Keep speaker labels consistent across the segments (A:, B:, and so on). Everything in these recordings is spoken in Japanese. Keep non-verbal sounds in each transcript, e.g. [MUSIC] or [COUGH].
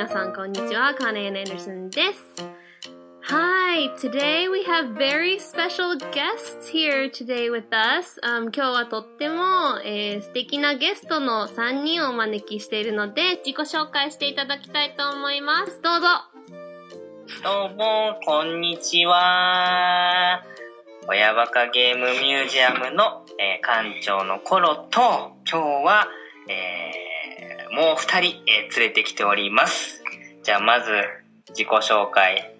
A: は、カネン・アンダーソンです。Hi, today we have very special guests here today with us. Um, 今日はとっても、えー素敵なゲストの3人をお招きしているので、自己紹介していただきたいと思います。どうぞ。
B: どうも、こんにちは。親バカゲームミュージアムの、えー館長のコロと、今日は、えーもう二人、えー連れてきております。じゃあ、まず、自己紹介。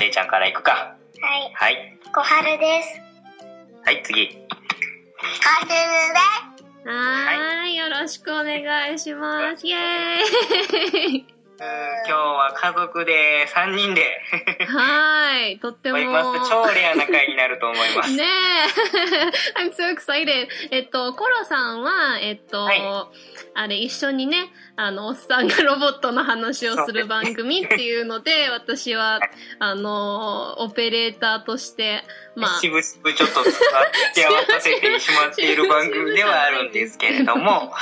B: れいちゃんからいくか。
C: はい、
B: はい。
C: 小春です。
B: はい、次。
C: カスルで
A: はーい、よろしくお願いします。イェー [LAUGHS] イ
B: 今日は家族で3人で、
A: はーい、とっても。
B: [LAUGHS] おります。超レアな回になると思います。
A: ね
B: [LAUGHS]
A: え。I'm so excited. えっと、コロさんは、えっと、
B: はい
A: あれ、一緒にね、あの、おっさんがロボットの話をする番組っていうの
B: [LAUGHS]
A: で、私は、あの、オペレーターとして、まあ
B: [LAUGHS] し、ぶしぶちょっと付き合わさせてしまっている番組ではあるんですけれど
A: [LAUGHS]
B: も、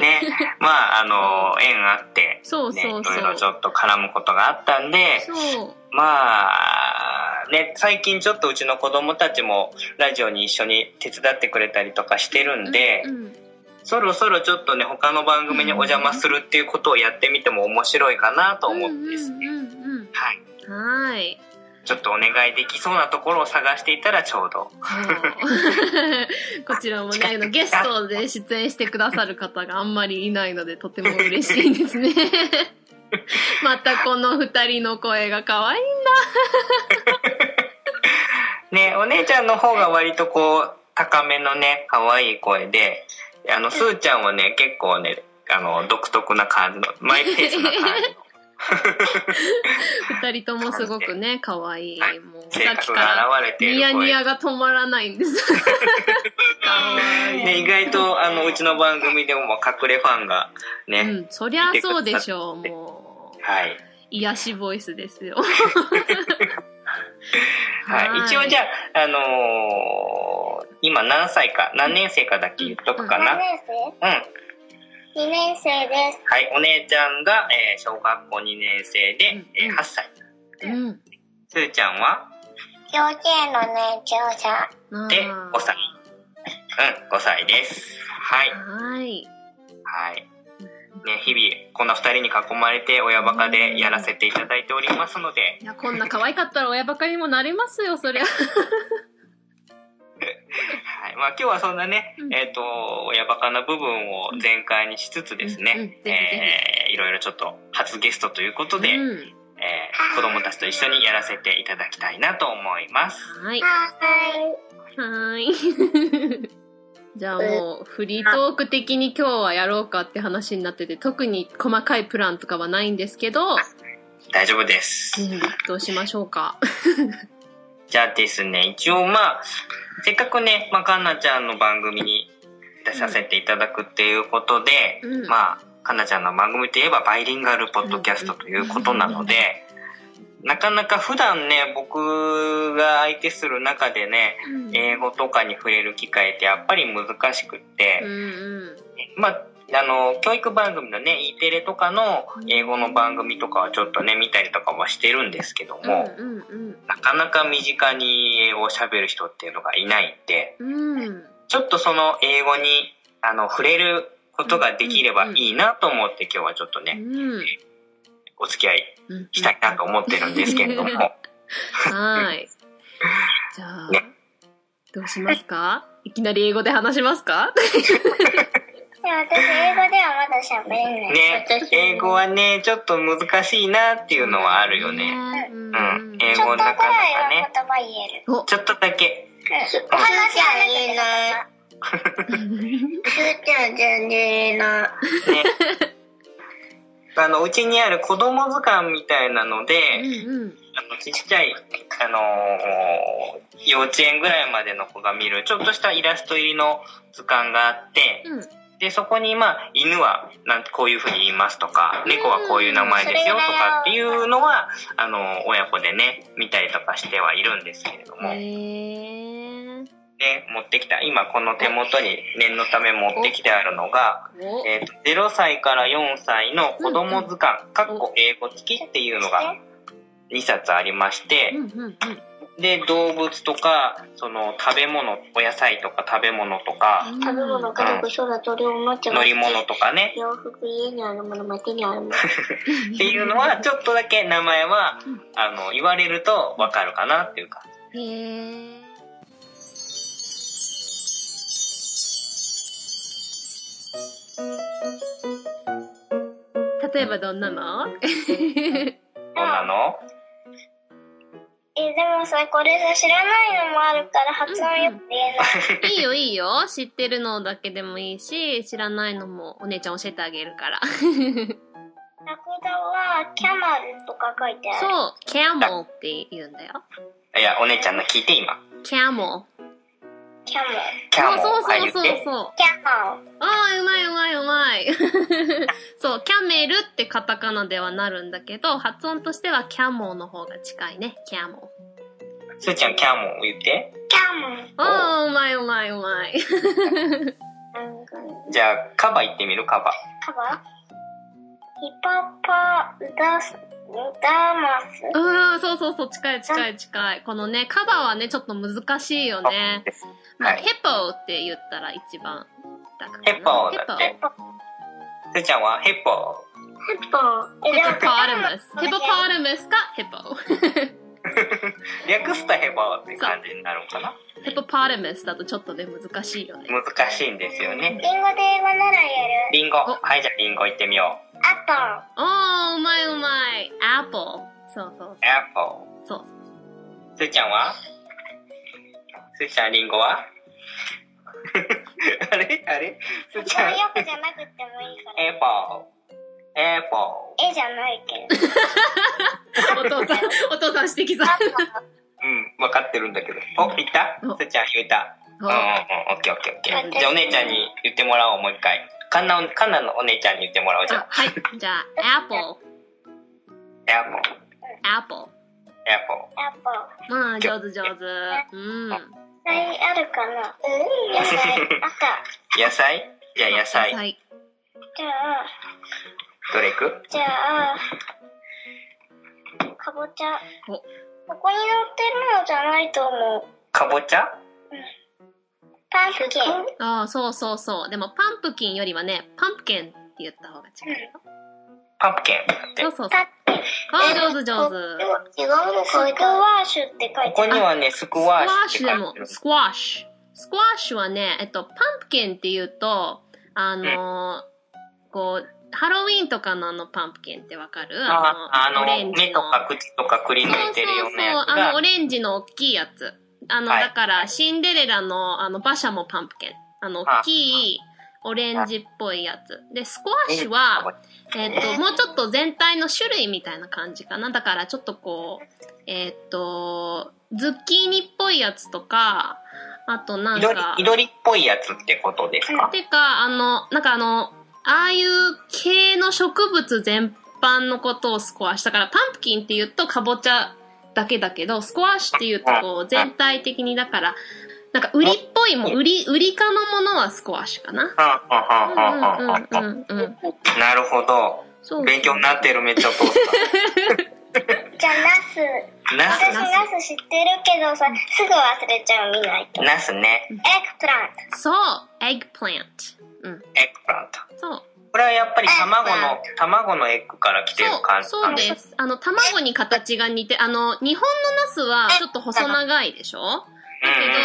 B: ね、まあ、あの、縁あって、
A: そう
B: ね、い
A: そ
B: ろ
A: う
B: い
A: そう。
B: ろちょっと絡むことがあったんで、
A: そう。
B: まあ、ね、最近ちょっとうちの子供たちもラジオに一緒に手伝ってくれたりとかしてるんで、
A: うんうん
B: そろそろちょっとね、他の番組にお邪魔するっていうことをやってみても面白いかなと思ってですね、
A: うんうん
B: はい。
A: うんうん。はい。
B: ちょっとお願いできそうなところを探していたらちょうど、
A: そう [LAUGHS] こちらもね、あのゲストで出演してくださる方があんまりいないので、とても嬉しいですね。 [LAUGHS] またこの二人の声が可愛い
B: ね、お姉ちゃんの方が割とこう、高めのね、可愛い声で、あの、すーちゃんはね、結構ね、あの、独特な感じの、マイペースな感じの
A: 二人ともすごくね、可愛い
B: はい
A: もう、
B: 性
A: さっき
B: 格
A: から
B: が現れてい
A: ニ
B: る
A: ヤ
B: 声
A: ニ。ヤが止まらないん
B: [LAUGHS]
A: です。可愛い。
B: ね、意外と、あの、うちの番組でも隠れファンが、ね、
A: うん、そりゃそうでしょう、もう。
B: はい。
A: 癒しボイスですよ。
B: はい。一応じゃあ、あのー今何歳か、何年生かだけ言っとくかな。う
C: 何
B: ん。
C: 年
B: は
C: 生 ?2 年生です。
B: い。お姉ちゃんが、えー小学校2年生で、えー8歳。
A: うん。
B: すーちゃんは
C: 幼稚園の年長者。
A: なあ
B: で5歳。うん、5歳です。はい。
A: はい。
B: はい。ね、日々、こんな二人に囲まれて、親バカでやらせていただいておりますので、
A: いや、こんな可愛かったら親バカにもなれますよ、そりゃ。
B: はい。まあ今日はそんなね、
A: うん
B: えっ、と、親バカな部分を全開にしつつですね、
A: うんうんぜひぜ
B: えーいろいろちょっと初ゲストということで、え
A: うん
B: ー子供たちと一緒にやらせていただきたいなと思います。
A: はい。は
C: は
A: ーい。 [LAUGHS] じゃあもう、フリートーク的に今日はやろうかって話になってて、特に細かいプランとかはないんですけど、
B: 大丈夫です。
A: うんどうしましょうか。
B: じゃあですね、一応まあ、せっかくね、まあ、かんなちゃんの番組に出させていただくっていうことで、
A: うん
B: まあ、かんなちゃんの番組といえばバイリンガルポッドキャストということなので、なかなか普段ね、僕が相手する中でね、英語とかに触れる機会ってやっぱり難しくって、
A: うんうん。
B: まあ、あの、教育番組のね、E テレとかの英語の番組とかはちょっとね、見たりとかはしてるんですけども、
A: うんうん
B: なかなか身近に英語を喋る人っていうのがいないんで、
A: うん。うん。
B: ちょっとその英語に、あの、触れることができればいいなと思って今日はちょっとね、お付き合い
A: うん。
B: したいなと思ってるんですけれ
C: [LAUGHS]
B: ども、
A: はい。じゃあ
B: ね、
A: どうしますかいきなり英語で話しますか
C: ーい。でも私、英語ではまだ喋れない。
B: ね、英語はね、ちょっと難しいなっていうのはあるよね。
A: ねう
B: うんん、
C: ちょ
B: 英
C: っと
B: 語
C: ぐ
B: な
C: ら
B: か
C: い
B: なか
C: は
B: ね、
C: 言葉言える。
A: お
B: ちょっとだけ。
C: お話は言えない。すーちゃん全然言えない。
B: ね。
C: [LAUGHS]
B: あの、うちにある子供図鑑みたいなので、
A: うんうん。
B: あのちっちゃい、あのー幼稚園ぐらいまでの子が見る、ちょっとしたイラスト入りの図鑑があって、
A: うん
B: で、そこに、まあ、犬はなんこういうふうに言いますとか、
A: うん
B: 猫はこういう名前ですよとかっていうのは、あのー親子でね、見たりとかしてはいるんですけれども、ね、
A: へー
B: で、持ってきた、今この手元に念のため持ってきてあるのが、
A: お
B: えーと0歳から4歳の子供図鑑、かっこ英語付きっていうのが2冊ありまして
A: う、んうんうん。
B: で、動物とか、その食べ物、お野菜とか食べ物とか、
C: 食べ物、家族、空、鳥、おもちゃ、
B: 乗り物とかね、
C: 洋服、家にあるもの、街にあ [LAUGHS] るもの。
B: っていうのは、ちょっとだけ名前は
A: うん、
B: あの、言われるとわかるかなっていうか。
A: へえ。例えばどんなの？
B: どうなの
C: え、でもさ、これさ、知らないのもあるから、発音よく言 [LAUGHS] えない。
A: いいよいいよ。知ってるのだけでもいいし、知らないのもお姉ちゃん教えてあげるから。
C: ラクダは、キャマルとか書いてある。う。
A: そう、キャモルって言うんだよ。
B: いや、お姉ちゃんの聞いて今。
A: キャモル。
C: キャマル。
B: キャモン、
A: そう
B: あ、
A: そ
B: 言
A: う
B: っ
A: そうそう
B: て。
A: そう。
C: キャマル。
A: ああ、うまいうまいうまい。 [LAUGHS] そう、キャメルってカタカナではなるんだけど、発音としてはキャモーの方が近いね。キャモー。
B: すーちゃん、キャモン言って。
C: キャマル。
A: ああ、うまいうまいうまい。 [LAUGHS]
C: なんかね、
B: じゃあ、カバ言ってみる、カバ。
C: カバヒパパダス、ダマス。
A: うん、そうそうそう、近い近い近い。このね、カバーはね、ちょっと難しいよね。
B: です
A: まあ、
B: はい
A: ヘポーって言ったら一番だからな。
B: ヘポーだって
A: ヘポー。
B: すーちゃんは、ヘッポ
C: ヘポ。
A: ヘポパーラムス。ヘポパ
C: ル。
A: ーラムスかヘポー。
B: ー。略すとヘポーって感じになるのかな。
A: ヘポパーラムスだとちょっとね、難しいよね。
B: 難しいんですよね。
C: リンゴで英語ならやる。
B: リンゴ。はい、じゃあ、リンゴ言ってみよう。
C: ア
A: ああ、うまいうまい。アップル。そうそう
B: エッポ
A: そう。
B: ー。すーちゃんはすーちゃん、リンゴは [LAUGHS] あれあれすー
C: ポ。
B: ちゃん、
C: そう
B: エ
C: よくじゃなくてもいいから。
B: ッポー。エッポ
C: 絵じゃないけど。
A: お父さん、お父さん指摘
C: ア
A: さん。
C: パ。
B: ー。うん、わかってるんだけど。お、言った
A: お
B: すーちゃん、言えた。うんうんうん、オッケーオッケーオッケー。じゃあお姉ちゃんに言ってもらおう、もう一回。カンナ、カンナのお姉ちゃんに言ってもらおう、じゃ
A: あ
B: あ。
A: はい。じゃあ、アップル、
B: エアポン、
A: アップ
B: エアポン。
C: ア
A: ル。
C: パ。
A: うん、上手上手。うん。
C: 菜あるかなうん、野菜。赤。
B: 野菜じゃあ野菜。
A: はい。
C: じゃあ、
B: どれいく
C: じゃあ、かぼちゃ。
A: お、
C: ここに乗ってるのじゃないと思う。
B: かぼちゃ
C: パンプキン。
A: ああ、そうそうそう。でも、パンプキンよりはね、パンプキンって言った方が近いよ。
B: パンプキンだって。
A: そうそうそう。
C: パ
A: あ
C: ンプキン。
A: あ、上手上手。
C: 手。違うの書いてある。スクワッシュって書い
B: こ
C: てあ
B: こ
C: る。
B: にはね、スク
A: スクワ
B: ワ
A: ッ
B: ッ
A: シ
B: シ
A: ュ
B: ュ
A: で
B: っ
A: も
B: て書いてる、
A: スクワッシュ。スクワッシュはね、えっと、パンプキンって言うと、あのーこう、ハロウィンとかのあのパンプキンってわかる
B: ああ
A: オレ
B: の、
A: ンジの。
B: 目とか口とかくり
A: そう
B: 抜いてるようなや
A: そう
B: つ
A: そう、あの、オ
B: が、
A: レンジの大きいやつ。あの、
B: はい
A: だから、シンデレラの、あの、馬車もパンプキン。あの、
B: あ
A: 大きい、オレンジっぽいやつ。で、スコアッシュ
B: えか
A: は
B: ぼ、
A: えっ、と、もうちょっと全体の種類みたいな感じかな。だから、ちょっとこう、えっ、と、ズッキーニっぽいやつとか、あとなん
B: 緑
A: か、
B: 緑っぽいやつってことですか
A: [LAUGHS] てか、あの、なんかあの、ああいう系の植物全般のことをスコアしたから、パンプキンって言うとカボチャだけだけど、スコアシって言うとこう全体的にだから、なんか売りっぽいもん、売り、売り科のものはスコアシかな。
B: うん
A: うんう
B: うんうんうんうん
A: んうんうん。
B: なるほど。
A: そう。
B: 勉強になってる、めっち
A: [LAUGHS]
B: ゃお父さ
C: じゃあ、ナス。
B: ん。ナ
C: 私、
B: ス、
C: ナス知ってるけどさ、すぐ忘れちゃう、見ないと。エ
B: ナスね。
C: ッグプラント。
A: そう、エッグプラント。うん。
B: エッグプラント。
A: そう。
B: これはやっぱり卵
C: エッグプラ
B: の、卵のエッグから来てる感じ
A: そう、そうです。あの、卵に形が似て、あの、日本のナスはちょっと細長いでしょ
B: うん
A: だけど
B: うんうん、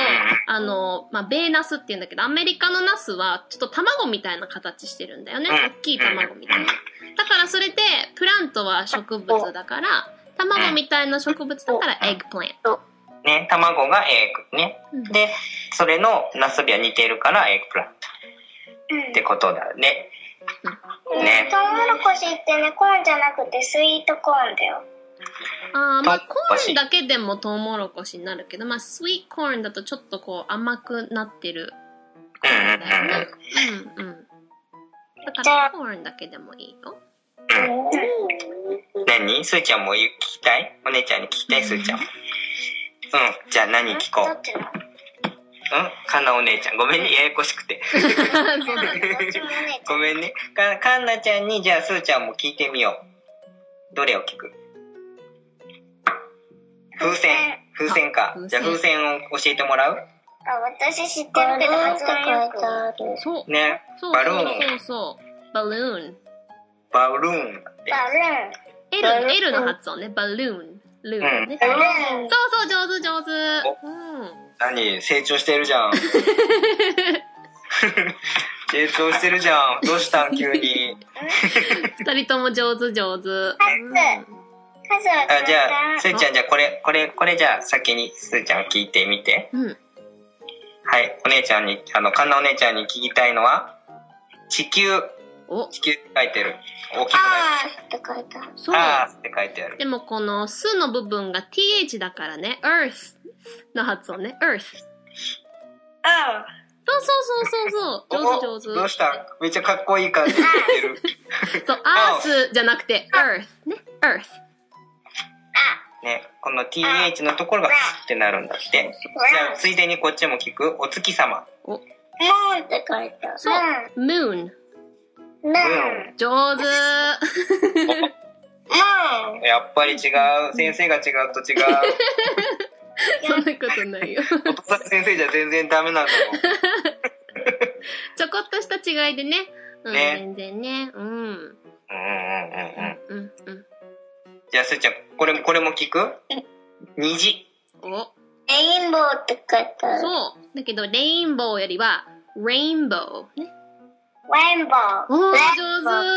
A: あの、まあ、ベーナスって言うんだけど、アメリカのナスは、ちょっと卵みたいな形してるんだよね。
B: うん
A: 大きい卵みたいな。だからそれで、プラントは植物だから、卵みたいな植物だから、エッグプラン
B: ね、卵がエッグね。
A: うん
B: で、それのナスビは似てるからエッグプラント
C: うん
B: ってことだね。ね
C: ね、トウモロコシってね、コーンじゃなくてスイートコーンだよ。
A: ト。ああ、まあ、
B: トウ
A: コ
B: モロコシ
A: ーンだけでもトウモロコシになるけど、まあ、スイートコーンだとちょっとこう、甘くなってる
B: うんうん
A: んだよ
B: うん
A: ね
B: う。
A: うんうん。だか
C: じゃ
A: ら、
C: あ
A: コーンだけでもいいよ。
C: うん
B: ん。何すーちゃんも言う聞きたいお姉ちゃんに聞きたいすーちゃんも。うん。じゃあ何聞こ
C: ど
B: う
C: っちの
B: うかなお姉ちゃん。ごめんね、ややこしくて。
C: そうだねどっちもね。
B: ごめんね。か、かんなちゃんに、じゃあ、すーちゃんも聞いてみよう。どれを聞く風船。風船
A: あ。
B: か
A: 風船
B: じゃあ、風船を教えてもらう
C: あ、私知ってるけど、初めて聞い
A: [LAUGHS]
C: た。
A: そう。
B: ね。
A: そう
B: バル
A: そ
B: ー
A: う
B: ン。
A: そうそう。バルーン。
B: バルーンだって。
C: バルーン。バ
A: L、
C: ルーン
A: L の発音ね。バルーン。ルーンね。
C: バ
A: そう
C: ルーン。
A: そう、上手上手。
B: 何成長してるじゃん。成長してるじゃん。どうしたん急に。
A: うん。二人とも上手上手。
C: カズは
B: あ、じゃあ、す
C: 簡
B: ーちゃん、じゃあこれ、これ、これじゃあ先にすーちゃん聞いてみて。
A: うん。うん。
B: はい。お姉ちゃんに、あの、かんなお姉ちゃんに聞きたいのは、地球。
A: お、
B: 地球って書いてる。大きくない。
C: あーって書いた。
A: そう。
B: あーって書いてある。
A: でもこのすの部分が th だからね。earth の発音ね。earth。
C: あ
A: そうそうそうそうそう。上手
B: ど
A: 上
B: う
A: 手。
B: しためっちゃかっこいい感じで言ってる。
A: そう、earth じゃなくて earth ね。earth。
B: ね、この th のところがふってなるんだって。じゃあ、ついでにこっちも聞く。お月様。
A: お、
C: あ。ムーンって書いた。
A: そう。moon。
C: ムーン。ムー
B: [LAUGHS]
C: ン。
A: 上手。
C: ムーン。
B: やっぱり違う。先生が違うと
A: [LAUGHS]
B: 違う。
A: そんなことないよ。 [LAUGHS]
B: お父さん先生じゃ全然ダメなんだも
A: ちょこっとした違いでね。うん、
B: ね
A: 全然ね。うん。
B: ん。うんうんうんうん。
A: うん、うん。
B: じゃあ、すーちゃん、これも、これも聞く虹。
A: お、
C: レインボーって書いた。
A: そう。だけど、レインボーよりは、レインボー。ね。
C: レインボー。
A: おー、上
C: レ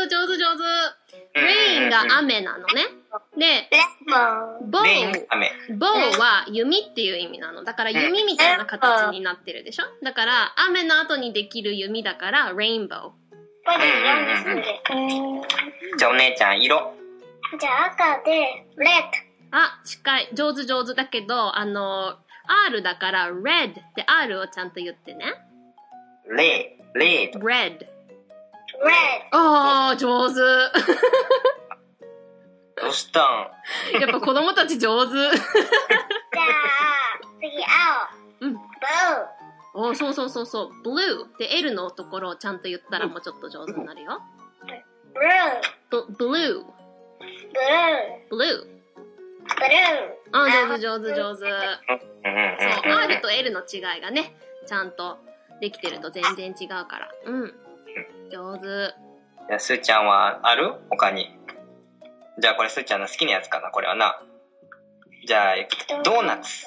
A: 手、上手、上手。
B: うん
A: レインが雨なのね。で、
C: インボー。
A: ボ
B: レイン
A: ー、
B: 雨。
A: ボーは弓っていう意味なの。だから弓みたいな形になってるでしょだから、雨の後にできる弓だから、レインボー。
C: ボディ4に住んでる。
B: じゃあ、お姉ちゃん、色。
C: じゃあ赤で、レッ
A: あ、近い。上手上手だけど、あの、R だから、red って R をちゃんと言ってね。
B: レイ。レイと。
A: red。
C: ド、レッ
A: ああ、上手。 [LAUGHS]
B: どうしたん
A: やっぱ子供たち上手。
C: ド。じゃあ、次
A: うん。
C: 青、
A: おそうそうそうそう。blue で L のところをちゃんと言ったらもうちょっと上手になるよ。
C: ブルー、ブルー、
A: ブ blue。blue。
C: ブルー、ブルー。
A: あー上手上手上手。そう、
B: うんうんうんうん
A: R と L の違いがね、ちゃんとできてると全然違うから。うん。上手。
B: じゃあ、すーちゃんはある他に。じゃあ、これすーちゃんの好きなやつかなこれはな。じゃあ、ドーナツ。。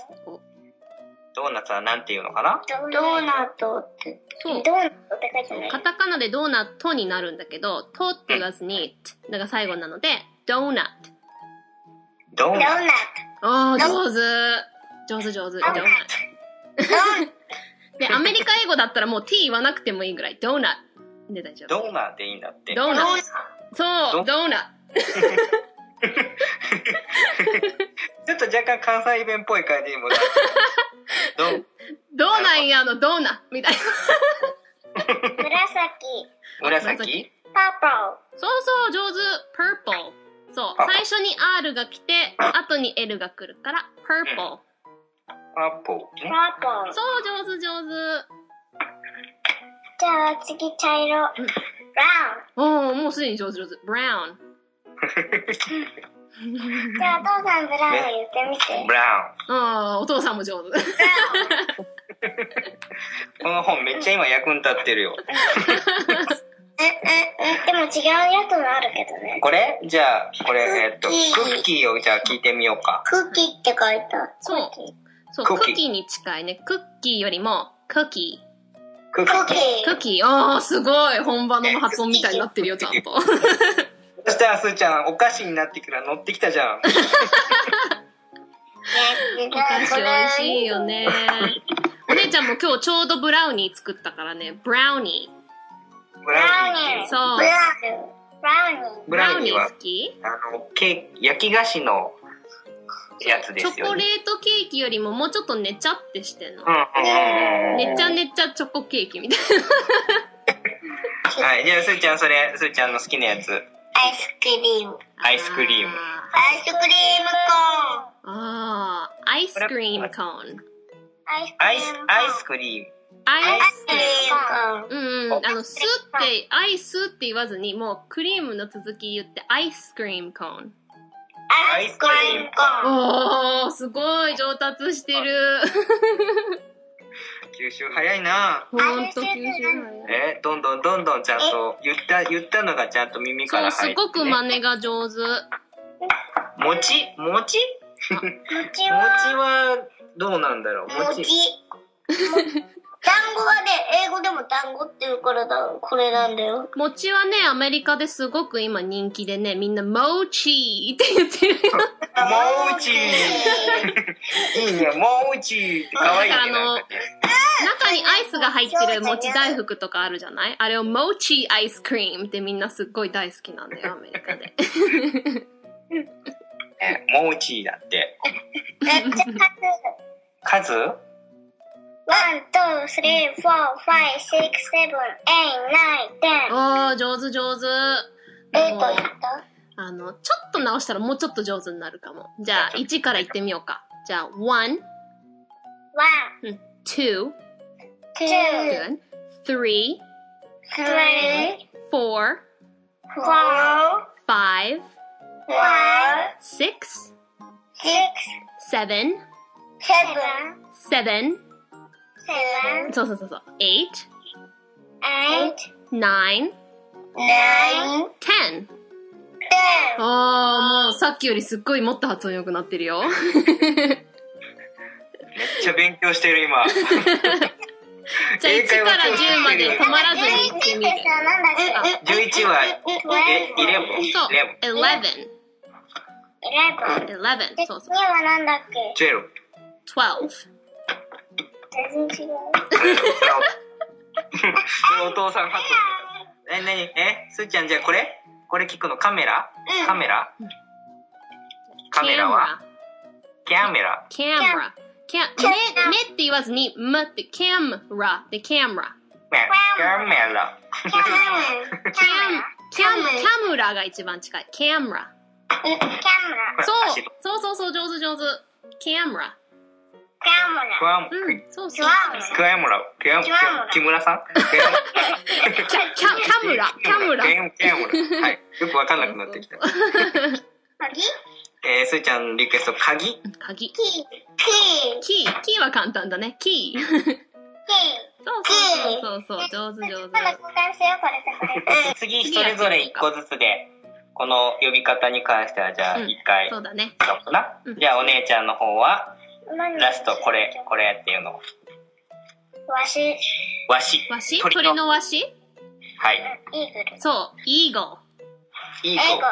B: ドーナツはなんていうのかな
C: ドーナトって。
A: そう。
C: ドーナトって書いてない。
A: カタカナでドーナットになるんだけど、とって言わずに、t だが最後なので、ドーナット。
B: ドー
C: ドー
B: ナ
C: ナ
B: ツ。
A: ああ、
C: ド
A: 上手。上手上手。ドーナッ
C: ト。
A: ト
C: ドーナ。
A: で、アメリカ英語だったらもう t 言わなくてもいいぐらい、ドーナットで大丈夫。
B: ドーナーでいいんだって。
A: ドー
C: ト。
A: ナ
C: ド
A: ッ
C: ー
A: ト。そう、ドーナ
B: ちょっと若干関西弁っぽい感じにもなる。
A: [LAUGHS]
B: ドー
A: ット。ドーナンやのドーナみたいな。
C: ナト。紫、
B: 紫
C: パー
A: そうそう、上手。purple。そう、
B: あ
A: 最初に r が来て、後に l が来るから、purple。
B: パーポー
C: プル、
B: ね。
C: パープル。
A: そう、上手上手。
C: じゃあ次、茶色、ブラウン。
A: おお、もうすでに上手上手。brown。
C: じゃあお父さん、ブラウン言ってみて。
B: ブラ
A: ああ、お父さんも上手。
B: ウン。この本めっちゃ今役に立ってるよ。
C: うんうんうん、でも違うやつもあるけどね。
B: これじゃあ、これ、えっと、
C: ク
B: ク
C: ッキー
B: ッキーをじゃあ聞いてみようか。
C: クッキーって書いた。
A: そう
C: クッキー
A: そう、
B: ク
A: ク
B: ッキー
A: ッキーに近いね。クッキーよりも、クッキー。
B: クッキ
C: ク
B: ー
C: ッ。キー。
A: クッキー。ああ、すごい。本場の発音みたいになってるよ、ちゃんと。
B: そしたらすーちゃん、お菓子になってから乗ってきたじゃん。
C: ね、
A: お菓子美味しい
C: よ。
A: よね。お姉ちゃんも今日ちょうどブラウニー作ったからね。ブラウニー。
B: ブ
C: ブラ
B: ラ
C: ウ
B: ウニ
C: ニ
B: ー
C: ー。。
A: そう
C: ブラウン。ブラウニー。
B: ブラウニーは
A: ブ好き
B: あの、ケーキ、焼き菓子のやつで
A: チ
B: す
A: ョコ
B: よ
A: レ
B: ね。
A: ートケーキよりももうちょっとねちゃってしてんの
B: う。んうんうんうん。
A: ねっちゃねっちゃチョコケーキみたい
B: はい、じゃあ、すーちゃん、それ、すーちゃんの好きなやつ。
C: アイスクリーム。
A: な。
B: アイスクリーム
A: あ
C: アイスクリームコー
A: ー
C: ン。
A: あー、アイスクリームコーン。
C: ア
B: ア
C: ア
B: イ
C: イ
B: ス
C: ス、
B: アイスクリーム。
A: ア
C: ア
A: イ
C: イ
A: ス
C: ス
A: ク
C: ク
A: リ
C: リ
A: ーム。
C: ーム。
A: うんうん、あの、スって、アイスって言わずに、もうクリームの続き言って、アイスクリームコーン。
C: アイスクリームコーン。
A: おー、すごい上達してる。
B: 吸収早いな
A: ほんと吸収
B: え、どんどんどんどんちゃんと、言った、言ったのがちゃんと耳か
A: そう、
B: ら入
A: す
B: って、ね。
A: ごく真似が上手。
B: 餅餅
C: 餅
B: 餅
C: は、
B: は、どうなんだろう
C: 餅。単語はね、英語でも単語っていうからだ、これなんだよ。
A: 餅はね、アメリカですごく今人気でね、みんな、モーチーって言ってるよ。
B: もうちいいね、もうちかわいいね。
A: あの
B: なんかね
A: 中にアイスが入ってる餅大福とかあるじゃないあれをモーチーアイスクリームってみんなすっごい大好きなんだよ、アメリカで。
B: え、もうちだって。
C: めっちゃ数。
B: 数
C: ワン、ツー、スリー、フォー、ファイ、シックス、セブン、エイ、ナイ、テン。
A: おー、上手上手。
C: えー
A: も
C: と
A: う
C: 言った
A: あの、ちょっと直したらもうちょっと上手になるかも。じゃあ、1から言ってみようか。じゃあ、1、
C: ワン、
A: 2、
C: ツー、
A: good, 3,
C: スリ
A: 4,
C: ー、フォー、
A: 5,
C: ファ
A: 6,
C: イ、シックス、
A: 7,
C: セブン、
A: 7,
C: セブン、
A: そうそうそうそう、8,
C: エイ、
A: 9,
C: ナイン、
A: 10.
C: テン。
A: あー、もうさっきよりすっごいもっと発音良くなってる
B: [LAUGHS]
A: よ。
B: めっちゃ勉強してる今。
A: [LAUGHS] じゃあ、
B: 英
A: 1
B: 会
A: から
B: 話教室
A: 10まで止まらずに言ってみる。
B: 11は、え、イレブン。
A: そう
B: イレ、
A: 11,
C: 11。
A: 11, そうそう、
C: 次はなんだっけ
B: ブン。12。
A: 12.
C: 全然違う。
B: それお父さん発音。え、なにえ、すーちゃんじゃあこれこれ聞くのカメラ
C: うん
B: カメラカメラはキャメラ。
A: キャメラ。キャ、目、目って言わずに、むって、キャメラで、キャメラ。
B: キャメラ。
C: キャメラ。
A: キャム、キャム、キャムラが一番近い。キャメラ。
C: キャメラ。
A: そうそうそうそう、上手上手。キャメラ。
C: キャメ
B: ク
C: ラ。
B: ワム、
A: うん、そう
C: キ
A: そう。
C: ャ
B: クワムラ。クワム、木村さんクワム
A: キャ、キャ、キャムラ、キャムラ。
B: キャムラ。はい。よくわかんなくなってきた。
C: メラ。キ
B: えー、すーちゃんのリクエスト、鍵。
A: 鍵。
C: キ。キ。
A: キー、キーは簡単だね。キー。そうそうそう、そう上手上手
C: 今。度交換しよう、これとこれ。
B: 次、それぞれ一個ずつで、この呼び方に関しては、じゃあ、
A: うん
B: 一回、
A: そうだね。
B: 使おうかな
A: うん。
B: じゃあ、お姉ちゃんの方は、
C: うん
B: ラスト、これ、これっていうのを。
C: わし、イ
B: わし。
A: わし鳥のわし
B: はい。
C: ーグル。
A: そう、イーゴ。
B: イー
C: 英
B: ゴ。
C: 語。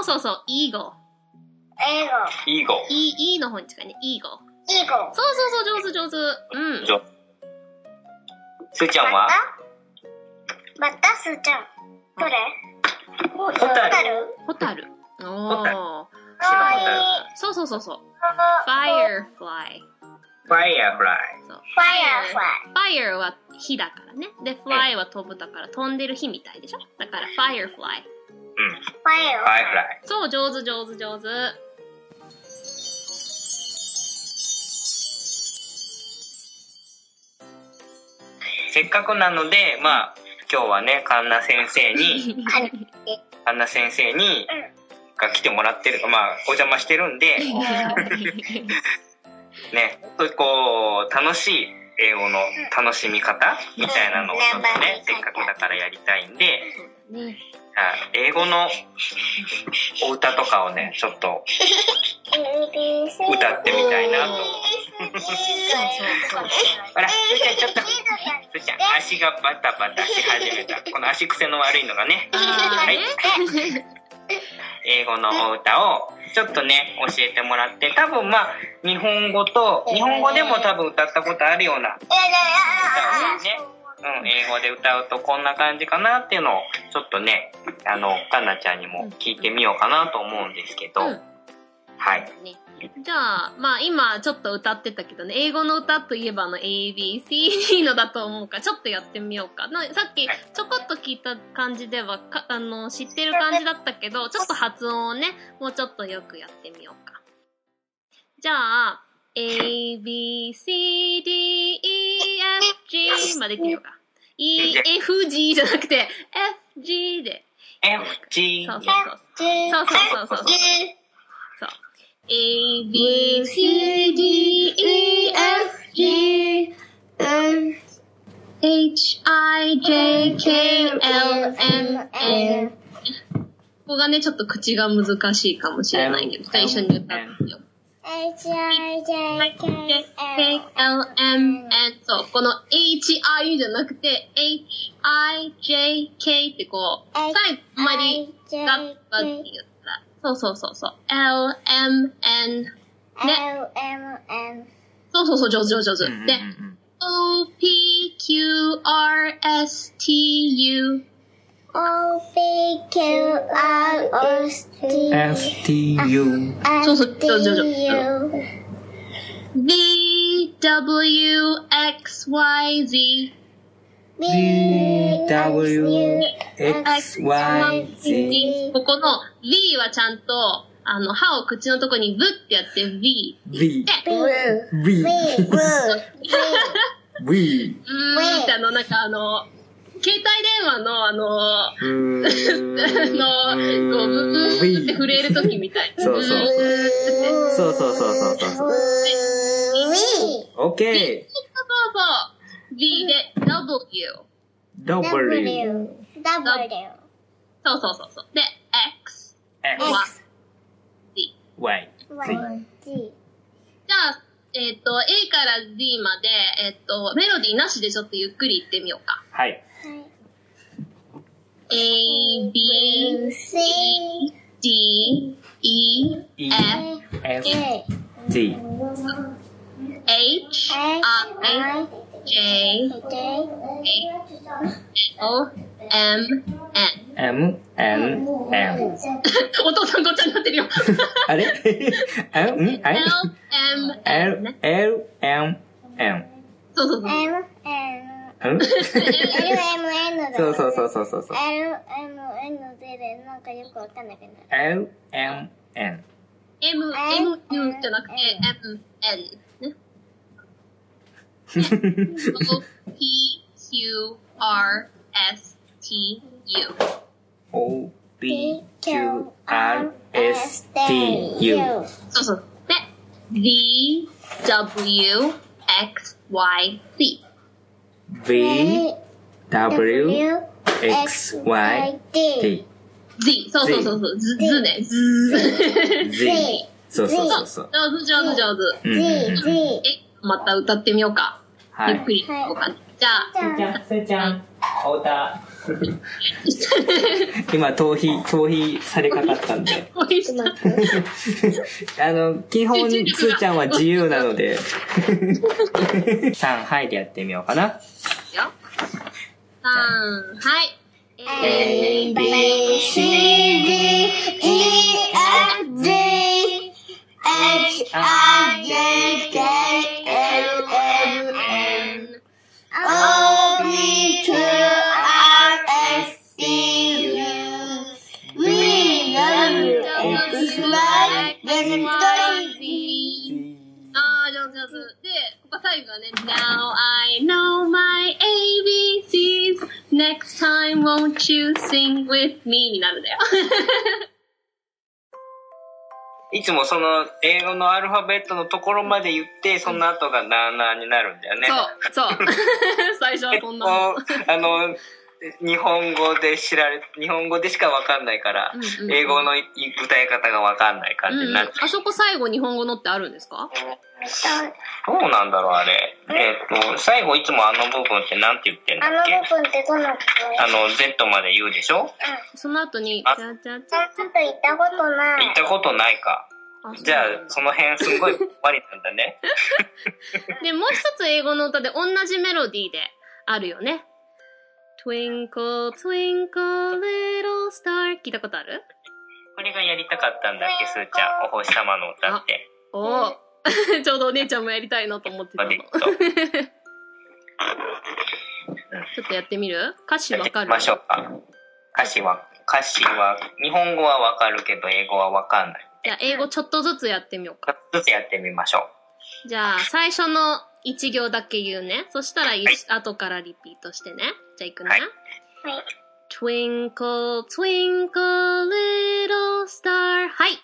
A: そうそうそう、イーゴ。
C: 英語。
B: イーゴ。
A: イ、イーの方に近いね。イーゴ。
C: 英語。
A: そうそうそう、上手上手。うん。
B: 上手すーちゃん
C: ま
B: は
C: たまたすーちゃん。どれ
B: ホ
C: ホ
B: タ
C: タ
B: ル。
C: ル
A: ホタル。
B: ホ
A: お
B: タ
A: ー。
B: ル
C: かわいい。
A: そうそうそうそう。
C: フ
A: firefly。
B: ファイアフライ。
A: そう。
C: ァイアファイ。
A: fire は火だからね。で、fly は飛ぶだから飛んでる火みたいでしょだから firefly。
B: うん。フ
C: ファイア
B: ァイアフライ。
A: そう、上手上手上手。
B: せっかくなので、まあ、今日はね、カンナ先生に、
A: [LAUGHS]
B: カンナ先生に、が来てもらってる、まあ、お邪魔してるんで、ね、ほんとこう、楽しい英語の楽しみ方みたいなのをちょっとね、せっかくだからやりたいんで、
A: ね
B: あ英語のお歌とかをね、ちょっと歌ってみたいなと。あら、すーちゃんちょっと、すーちゃん足がバタバタし始めた。この足癖の悪いのがね、
A: あーね
B: 英語のお歌をちょっとね、教えてもらって、多分まあ、日本語と、日本語でも多分歌ったことあるような、うん、英語で歌うとこんな感じかなっていうのを、ちょっとね、あの、かなちゃんにも聞いてみようかなと思うんですけど、
A: うん
B: はい。
A: ねじゃあ、まあ今ちょっと歌ってたけどね、英語の歌といえばあの ABCD のだと思うから、ちょっとやってみようか。なさっきちょこっと聞いた感じではか、あの、知ってる感じだったけど、ちょっと発音をね、もうちょっとよくやってみようか。じゃあ、 A, B, C, D, E, F, G まで行ってみようか。E, F, G じゃなくて、F, G で。
B: F, G,
A: そうそう
C: そう
A: そう。
C: そうそうそうそう。
A: A,
C: B,
A: B,
C: C,
A: C, D,
C: D, E,
A: E,
C: F,
A: F,
C: G, M,
A: H, I, J, K,
C: K, L,
A: L,
C: M,
A: M,
C: N.
A: N。ここがね、ちょっと口が難しいかもしれないけど、最初に歌ってみよう。
C: H, I, J, K,
A: K, L, M, N。そう、この H, I じゃなくて、H, I, J, K ってこう、最後あまりガッバッって言ったら、そうそうそうそう。L, M, N。
C: L, M, N.
A: そうそうそう、上手上手上手。
B: うんうんうん
A: で、O, P, Q, R, S, T, U。
C: O, P, Q, R, O, S, T,
B: F, T, U,
C: S,
A: そうそうそうそうそう
C: T, U.
A: V, W, X, Y, Z。
C: B,
B: W,
C: X,
B: X,
C: Y,
B: Y,
C: Z.
B: Z.
A: ここの V はちゃんと、あの、歯を口のとこにブってやって、V。
B: V,
A: で、
C: Blue.
B: V,
C: Blue. Blue.
B: V,
A: うーんってあの、なんかあの、携帯電話の [LAUGHS] あの、
B: うーん
A: あの、こう、ブブーって震えるときみたい。
B: そうそう
A: ブーってね
B: そうそうそうそうそうそう。
C: Blue.
B: OK!
A: そうそうそう。V で W。
B: W,
C: W.
A: そうそうそうそう。で、X。
B: X,
A: Y
C: X.
A: Z。
B: Y,
C: Y. Z.
A: じゃあ、えっ、と、A から Z まで、えっ、と、メロディーなしでちょっとゆっくり言ってみようか。
B: はい。
A: A,
C: U.
A: B,
C: C.
A: D, E,
B: E,
A: F,
B: F,
C: K.
B: T,
A: H,
C: H.
A: I,
C: I.
A: J,
C: J.
A: O, M, N。 [LAUGHS]
B: M, N, M.
A: お父さんごっちゃになってるよ。
B: あれ [LAUGHS] ?M? あ
A: L,
B: れ
A: M, N ね
B: ?L,。L, M, M.
A: そうそうそう。
C: M.
B: ん
C: N. L. M. N.
B: そうそうそうそうそうそう。
C: L. M. N. 出るなんかよくわかんなくなる。
B: L, M, N. [LAUGHS]
A: M, M, U じゃなくて、M, N。ね。O, P, Q, R, S, T, U。
B: O, B, Q, R, S, T, U.
A: そうそう。で、V, W, X, Y, Z。
B: V, W, X, Y, T,
A: Z。そうそうそうそう。ず、ずね。ず。
B: Z。そうそうそう
A: 上
B: そう。
A: 手上手上手。
B: うんうんうん
C: Z.
A: え、また歌ってみようか。
B: は
A: ゆっ
B: い
A: く。り行こうかな。じゃあ、
C: Z.
B: ゃん、せいちゃん、お歌。今、逃避、逃避されかかったん
A: [LAUGHS]
B: で。
A: おいしそう。
B: あの、基本、すーちゃんは自由なので。さん、はいでやってみようかな。
A: よ。さん、はい。
C: A B C D E F G H I J K L M N O P Q R S T U V W X Y Z.
A: あー、上手上手。で、ここ最後はね、Now I know my ABCs, next time won't you sing with me になるんだよ。
B: いつもその、英語のアルファベットのところまで言って、その後がなーなーになるんだよね。
A: そう、そう。 [LAUGHS] 最初はそんなの。
B: 結構あの日本語で知られ日本語でしかわかんないから、
A: うんうん
B: 英語のい歌い方がわかんない感じ
A: う
B: に
A: ん、
B: なっ
A: あ
B: て、
A: そこ最後日本語のってあるんですか
B: どうなんだろうあれえっ、と最後いつもあの部分ってなんて言ってんだ
C: あ
B: っ
C: の
B: け
C: 部分ってどの部分
B: あの Z まで言うでしょ
A: その後に、
B: あ
A: じゃじゃじ
C: ちょ
A: ゃ。
C: っと行ったことない
B: 行っ。たことないかじゃあその辺すごいバリなん
A: [LAUGHS]
B: だね
A: で、もう一つ英語の歌で同じメロディーであるよね。Twinkle, twinkle, little star 聞いたことある
B: これがやりたかったんだっけすーちゃんお星様の歌って
A: おお。 [LAUGHS] ちょうどお姉ちゃんもやりたいなと思ってた
B: バ
A: の。
B: リッ
A: ち
B: と
A: ょっとやってみる歌詞
B: やっ
A: わ
B: て
A: か
B: み
A: る
B: ましょうか歌詞は歌詞は日本語はわかるけど英語はわかんない
A: じゃあ英語ちょっとずつやってみようか。
B: ちょっとずつやってみましょう。
A: じゃあ、最初の一行だけ言うね。そしたらい、
B: はい
A: 後からリピートしてね。じゃあ、いくね。
B: はい
A: Twinkle, twinkle, little star. はい。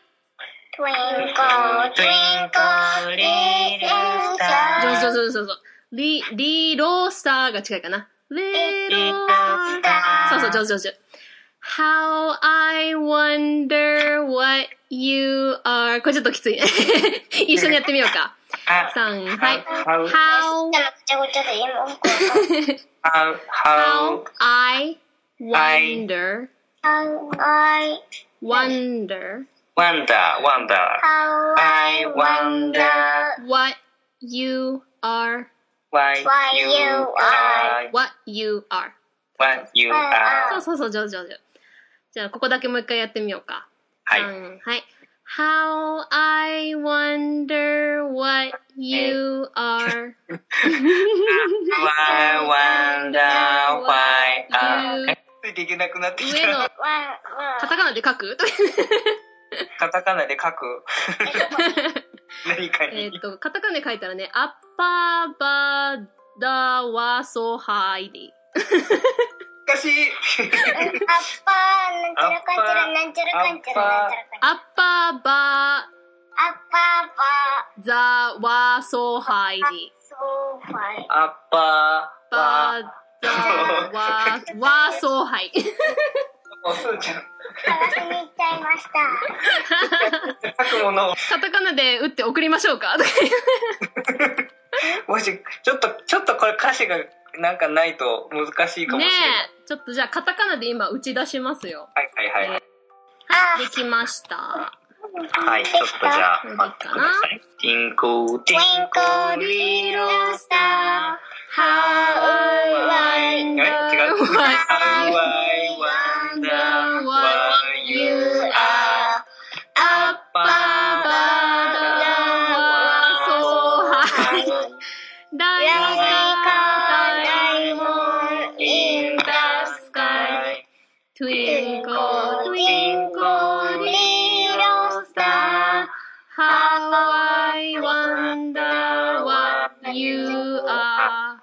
C: Twinkle, twinkle, little star.
A: 上手上手上手。リ、リロースターが近いかな。little star. そうそう、上手上手。How I wonder what you are. これちょっときついね。 [LAUGHS] 一緒にやってみようか。
B: あ、
A: さん、はい。How,
B: How,
C: なんかごちゃごちゃで今僕は
B: how,
A: how
B: how,
A: I wonder,
C: How I,
A: wonder
B: wonder, wonder,
C: how
B: I wonder
A: what you are,
B: why
C: Why
B: you
C: you
B: are
A: what you are.
B: what you
C: are.
A: そうそ
B: are.
A: うそう、上手上手。じゃあ、ここだけもう一回やってみようか。
B: はい。
A: うんはい。How I wonder what you are.
B: I wonder why
A: You-
B: I. ついていけなくなって
A: [LAUGHS]
B: き
A: 上
B: た。
A: のカタカナで書く
B: カタカナで書く何か
A: え
B: に
A: っ。と、カタカナで書いたらね、アッパーバーダーワソハイディ。
B: 難しい。
C: アッパー、なんちゃらかんちゃら、なんちゃらかんちゃら、なんちゃらかんちゃら。
A: アッパーバ
C: アッパーバ
A: ーザワソハイディ。
C: ー、そうファイ。
B: アッパー
A: バ
B: は
A: ーダーワワソハイ。
B: おそうちゃん。
C: 探しに行っちゃいました。
B: 書くものを。
A: カタカナで打って送りましょうか
B: もし、ちょっと、ちょっとこれ歌詞がなんかないと難しいかもし
A: ね
B: れない。
A: え、ちょっとじゃあカタカナで今打ち出しますよ。
B: はいはいはい。
A: はい、できました。
B: はい、ちょっとじゃあ、待ってください。ティンコー、ティンコー、リロースター。
A: I wonder why
B: え違う。How I wonder why you are
A: up
B: above
A: そうはい。誰か誰も
B: in the sky.
A: Twinkle, twinkle, little star, how I wonder what you are.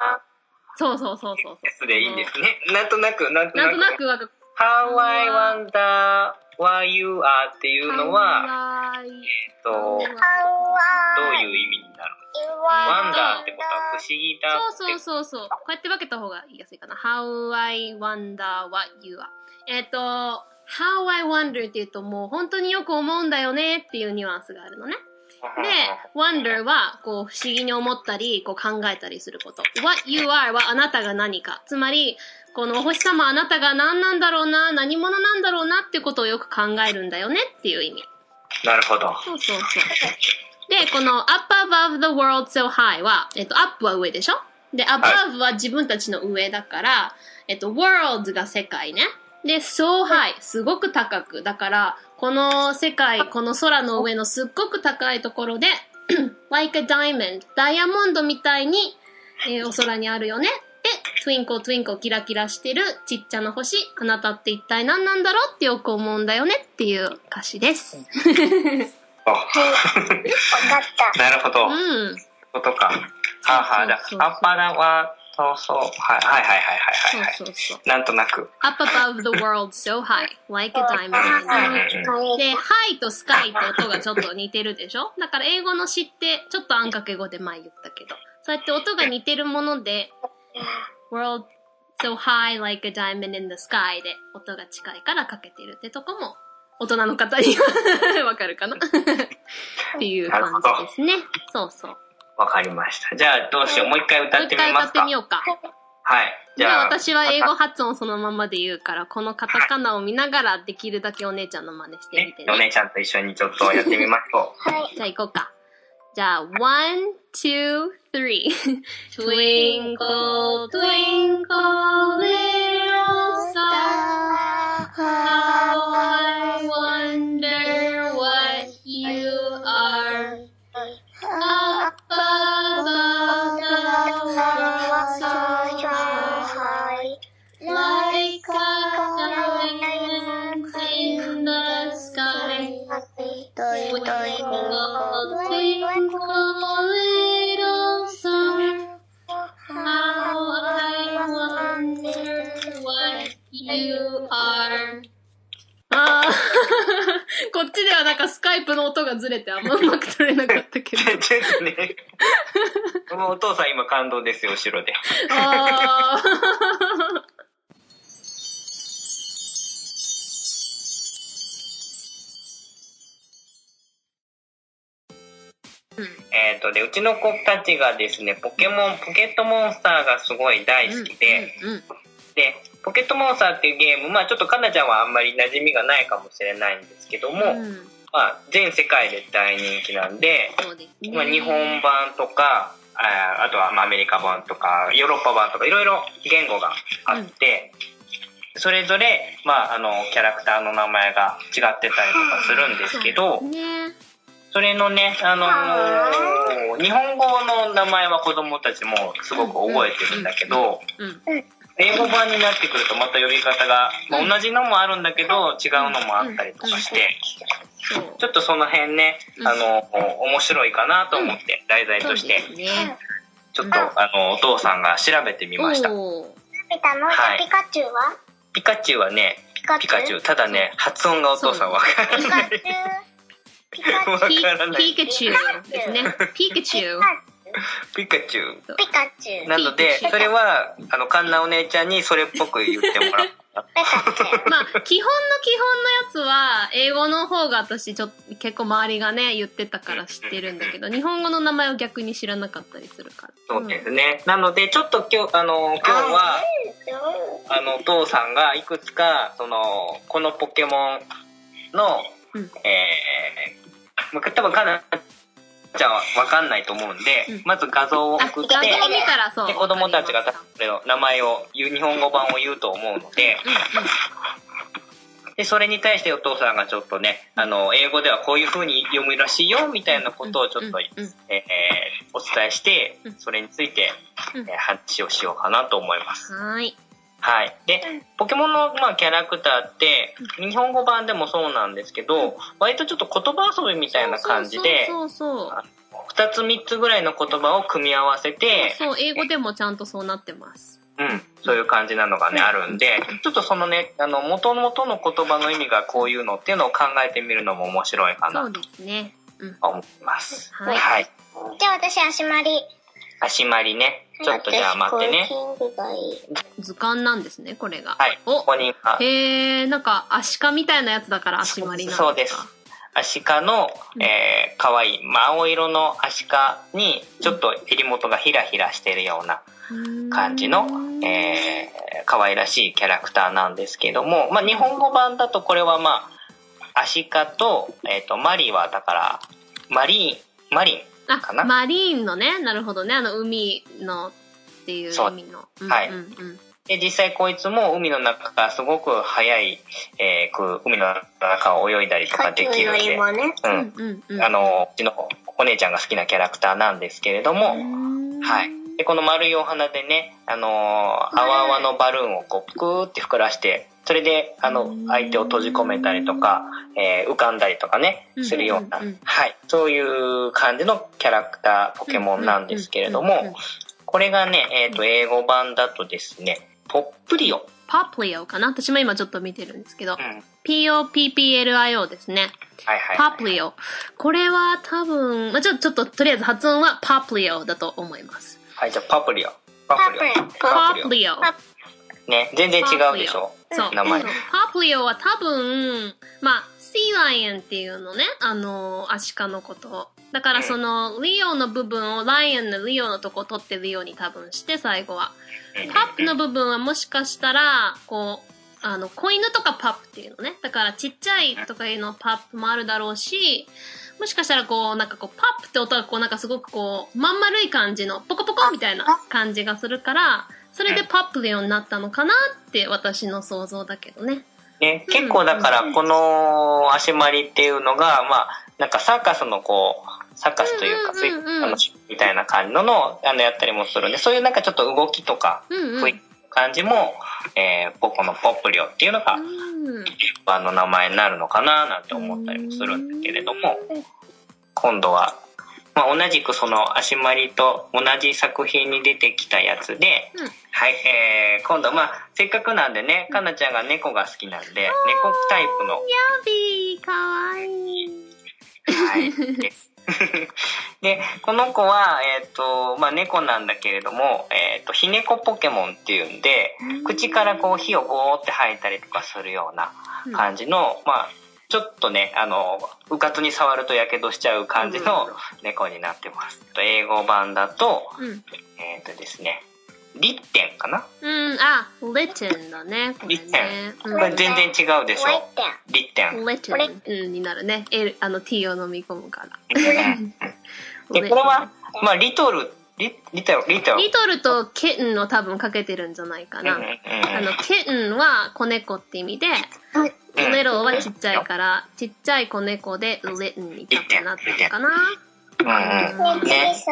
A: そうそうそうそうそう。
B: S でいいんですね。なんとなく、なんと
A: な
B: なん
A: と
B: く。
A: なくわかる。
B: How I wonder why you are っていうのは、えっと、どう
A: そう
B: いう意味になるのワンダーってことは不思議だって
A: そうそうそう。こうやって分けた方が言いやすいかな。How I wonder what you are. えっと、How I wonder って言うともう本当によく思うんだよねっていうニュアンスがあるのね。で、wonder は、こう、不思議に思ったり、こう考えたりすること。what you are はあなたが何か。つまり、このお星様あなたが何なんだろうな、何者なんだろうなってことをよく考えるんだよねっていう意味。
B: なるほど。
A: そうそうそう。で、この up above the world so high は、えっと、up は上でしょで、above は自分たちの上だから、えっと、world が世界ね。で、so high、すごく高く。だから、この世界、この空の上のすっごく高いところで、like a diamond、ダイヤモンドみたいに、えーお空にあるよね。で、twinkle twinkle キラキラしてるちっちゃな星、あなたって一体何なんだろうってよく思うんだよねっていう歌詞です。
B: あ
C: [LAUGHS] わかった。
B: なるほど。
A: うん。
B: ことか。はあ、はあ、だ
A: そうそうそう。
B: アッパラは、そうそう。はいはいはいはいはいはい。
A: そうそうそう。
B: なんとなく。
A: Up above the world so high, like a diamond.
C: Uh,
A: で、high と sky と音がちょっと似てるでしょだから英語の詩って、ちょっとあんかけ語で前言ったけど、そうやって音が似てるもので、world so high like a diamond in the sky で音が近いからかけてるってとこも、大人の方には [LAUGHS] わかるかなっていう感じですね。そうそう。も
B: わかりました。じゃあ、どうしよう。もう一回歌
A: う
B: っ
A: 一
B: て
A: 回
B: み
A: 歌
B: ま
A: っ
B: す
A: て
B: か
A: み。ようか。
B: はい。
A: じ
B: じ
A: ゃ
B: ゃ
A: あ
B: あ、
A: 私は英語発音そのままで言うから、このカタカナを見ながらできるだけお姉ちゃんの真似してみ
B: ね
A: て、
B: お
A: ね。
B: 姉ちゃんと一緒にちょっとやってみ
A: [LAUGHS]
B: ましょう。
A: じゃあ行こうか。じゃあ、one, two, three. [LAUGHS] twinkle, twinkle, little star. How I wonder what you are. Up above the world so high. Like a diamond in the sky, twinkle, twinkle, 音がずれてあんまうまく撮れなかったけど。
B: ちょっとね。このお父さん今感動ですよ、後ろで。
A: あーうん
B: えっ、と、で、うちの子たちがですね、ポケモン、ポケットモンスターがすごい大好きで、
A: うんうんうん
B: で、ポケットモンスターっていうゲーム、まあちょっとかなちゃんはあんまり馴染みがないかもしれないんですけども、
A: うん
B: まあ全世界で大人気なんで、
A: そうですね
B: まあ日本版とか、あーあとはまあアメリカ版とか、ヨーロッパ版とか、いろいろ言語があって、それぞれ、まああの、キャラクターの名前が違ってたりとかするんですけど、
A: そうですね
B: それのね、あの
C: は
B: ー日本語の名前は子供たちもすごく覚えてるんだけど、
A: うん
B: 英語版になってくるとまた呼び方が、まあ同じのもあるんだけど、違うのもあったりとかして、
A: そう
B: ちょっとその辺ね、
A: うん
B: あの、面白いかなと思って、題材として
A: そ、うですね
B: ちょっと、あの、お父さんが調べてみました。
A: おー
C: ピカの、
B: はい
C: ピカチュウは
B: ピカチュウはね、
C: ピカチ
B: ピ
C: ュウ
B: カチュウ、ただね、発音がお父さんわか
C: ピカチュウピカチュウ
B: わか
A: ピ
B: らな
A: ピ
B: い。
A: カチュウです
B: [LAUGHS]
A: ね。ピカチュウ。
B: ピカチュウ。
C: ピカチュウ
B: なので
A: ピカチュ、ウ
B: それは、あの、カンナお姉ちゃんにそれっぽく言ってもらった。
C: ピカチュウ
A: まあ、基本の基本のやつは、英語の方が私、ちょっと、結構周りがね、言ってたから知ってるんだけど、日本語の名前を逆に知らなかったりするから。
B: そうですね。なので、ちょっと今日、あの、今日は、あの、お父さんがいくつか、その、このポケモンの、
A: うん
B: えー、まあ多分かなちゃんはわかんないと思うんで、
A: うん
B: まず画像を
A: あ、
B: 送っ
A: 画像
B: て
A: 見、たらそう。
B: で子供たちが
A: わか
B: 多
A: り
B: 分
A: まし
B: それの名前を言う、日本語版を言うと思うので、で、それに対してお父さんがちょっとね、あの、英語ではこういう風に読むらしいよ、みたい
A: た
B: なことをちょっと、
A: うんうん
B: えーお伝えして
A: うん、
B: それについて、え
A: う
B: ー
A: ん
B: 話をしようかなと思います。
A: うんはーい。
B: はい。で、ポケモンの、まあ、キャラクターって、日本語版でもそうなんですけど、割とちょっと言葉遊びみたいな感じで、
A: そうそうそう
B: 二つ三つぐらいの言葉を組み合わせて、
A: そう。そう、英語でもちゃんとそうなってます。
B: うん、そういう感じなのがね、あるんで、ちょっとそのね、あの、元々の言葉の意味がこういうのっていうのを考えてみるのも面白いか
A: そ
B: な
A: うですね。うん。
B: と思います。
A: はい
B: はい。
C: じゃあ私足まり
B: 足回りね、ちょっとじゃあ待ってね
C: 私。こういうキングがいい
A: 図鑑なんですね、これが。
B: はい。こ
A: お
B: こに、あ
A: へえ、なんか、アシカみたいなやつだから、足割りなんか
B: そうです。アシカの、
A: うん
B: えー、かわいい、まあ、青色のアシカに、ちょっと襟元がヒラヒラしてるような感じの
A: うー、ん
B: えー、可愛らしいキャラクターなんですけども、まあ、日本語版だとこれはまあ、アシカと、えっ、と、マリはだから、マリン、マリ
A: あ
B: かな
A: マリーンのね、なるほどね、あの、海のっていう意味の。うん
B: はい
A: うんうん
B: ン。で、実際こいつも海の中がすごく速い、えー、こう海の中を泳いだりとかできるん
C: より
B: で、
C: もね
B: う。
A: うんんうんうん。
B: あの、うちのお姉ちゃんが好きなキャラクターなんですけれども、
A: の
B: はい。で、この丸いお花でね、あのー、泡泡のバルーンをこう、ぷくーって膨らして、それで、あの、相手を閉じ込めたりとか、えー浮かんだりとかね、するような、
A: うんうんうん
B: はい。そういう感じのキャラクター、ポケモンなんですけれども、、これがね、えっ、と、英語版だとですね、ポップリオ。
A: パプリオかな私も今ちょっと見てるんですけど
B: う、ん。はい
A: POPPLIO ですね。
B: はい。
A: パプリオ。これは多分、まあ、ちょちょっととりあえず発音はパプリオだと思います。
B: はい、じゃあ、パプリオ。パ
C: パ
B: プ
C: プ
B: リ
C: リ
B: オ。
A: パ
B: パプ
A: プ
B: リ
A: リオ。
B: オ。ね、全然違うでしょ。
A: そう。
B: 名前
A: そうパプリオは多分、まあ、シーライオンっていうのね、あのーアシカのこと。だからその、リオの部分を、ライオンのリオのとこを取ってるように多分して、最後は。パップの部分はもしかしたら、こう、あの、子犬とかパップっていうのね。だからちっちゃいとかいうのパップもあるだろうし、もしかしたらこう、なんかこう、パップって音がこう、なんかすごくこう、まん丸い感じの、ポコポコみたいな感じがするから、それでパップようになったのかなって私の想像だけどね。
B: ね、結構だからこの足回りっていうのが、まあ、なんかサーカスのこう、サーカスというか、
A: うんうんうんうん
B: あのみたいな感じのの、あの、やったりもするんで、そういうなんかちょっと動きとか、
A: うんうん。
B: 雰囲気の感じも、えー、ここのポップリオっていうのが、
A: うん
B: 一般の名前になるのかななんて思ったりもするんだけれども
C: うん、
B: 今度は、まあ、同じくその足回りと同じ作品に出てきたやつで、
A: うん
B: はい、えー、今度、まあ、せっかくなんでね、かなちゃんが猫が好きなんで、猫タイプの
A: ヤビー、かわいい。
B: はい。
A: [LAUGHS]
B: で [LAUGHS] で、この子は、えっ、と、まあ、猫なんだけれども、えっ、と、ひ猫ポケモンっていうんで、口からこう火をゴーって吐いたりとかするような感じの、まあ、ちょっとね、あの、うかつに触るとやけどしちゃう感じの猫になってます。と英語版だと、
A: うん。
B: えっ、とですね、リッテンかな
A: うん、あ、レチェンだね。これね。
B: これ全然違うでし
C: もう一
B: ょ
C: 点。
B: リッテ
A: う
B: ン。
A: ん、レチェン、うん、になるね。L、あの T を飲み込むから。
B: で、これは、まあ、リトル、リ、リトル、リトル。
A: リトルとケンを多分かけてるんじゃないか
B: うんう
A: な。あ
B: んう
A: の
B: ん、
A: ケンは子猫って意味で、
B: うん
A: メロはちっちゃいから、ちっちゃい子猫でレンに多分なってるかな。
B: うん
C: こ
B: うん
C: れ
B: ね
C: で。さ、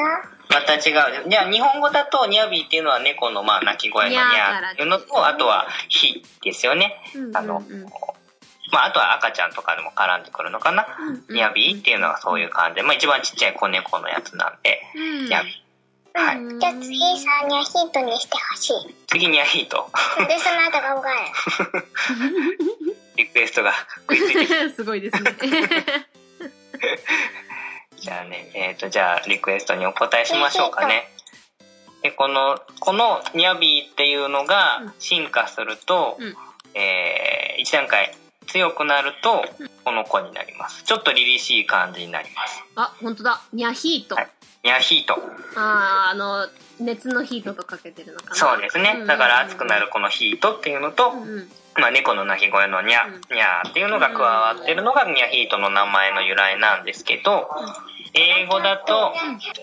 B: また違う。じゃあ、日本語だと、ニャビーっていうのは猫の、まあ、鳴き声のニ
A: ニ
B: ャ
A: ャー
B: ーっていうのと、あとは、ヒですよね。あの
A: うんうん
B: まあ、あとは赤ちゃんとかでも絡んでくるのかな。
A: うん
B: ニャビーっていうのはそういう感じで、まあ、一番ちっちゃい子猫のやつなんで、
A: うん
B: ニャビー。はい。
A: うん
C: じゃあ次さ、にはヒントにしてほしい。
B: 次、ニャヒーと、 [LAUGHS]
C: で、その後が分かる。
B: リクエストが食いついて
A: [LAUGHS] すごいです
B: [LAUGHS]
A: ね。
B: じゃあね、えっ、と、じゃあ、リクエストにお答えしましょうかね。で、この、このニャビーっていうの
A: うん
B: が進化すると、
A: うん
B: え1段階強くなると、この子になります。ちょっと凛々しい感じになります。
A: あ、本当だ。ニャヒート。
B: はいニャヒート。
A: あーあの、熱のヒートとかけてるのかな。
B: そうです
A: ん
B: ね。だから熱くなる。このヒートっていうのと
A: う、んうん
B: まあ、猫の鳴き声のニャ、
A: うん
B: ニャーっていうのが加わってるのがニャヒートの名前の由来なんですけど、英語だと、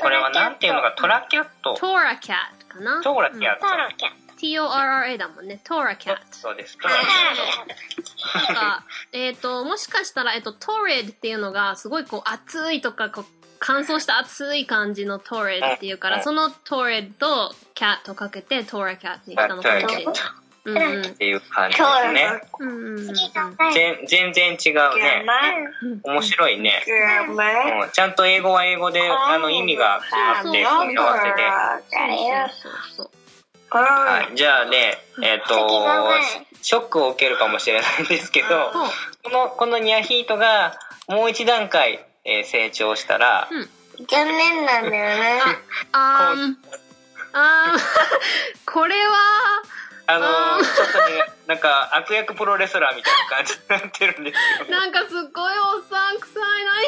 B: これはなんていうのか、トラキャット。
A: トーラキャットかな。
B: トーラキャッ
C: トロキャン。
A: うん T-O-R-R-A だもんね。トーラキャット。
B: そうです。
C: トロ
A: なんか、えっ、と、もしかしたら、えっ、と、トレッドっていうのが、すごいこう、熱いとか、こう、乾燥した熱い感じのトレッドっていうか
B: うん
A: ら、そのトレッドとキャットかけて、トーラキャットにしたのかもしれない。うんうん。
B: っていう感じですね。
A: うんうんうん。
C: 次がはい。
B: 全全然違うね。面白いね。うん、ちゃんと英語は英語で、あの、意味があって、組み合わせて。
A: そうそうそう。
B: はい。じゃあね、えっ、と、ショックを受けるかもしれないんですけど、
A: そう
B: この、このニャヒートが、もう一段階、えー成長したら、
A: うん
C: 残念なんだよね。
A: あーん。あーん。 [LAUGHS] これは、
B: あの
A: うん
B: ちょっとね、なんか、悪役プロレスラーみたいな感じになってるんですよ。
A: なんかすっごいおっさん臭い。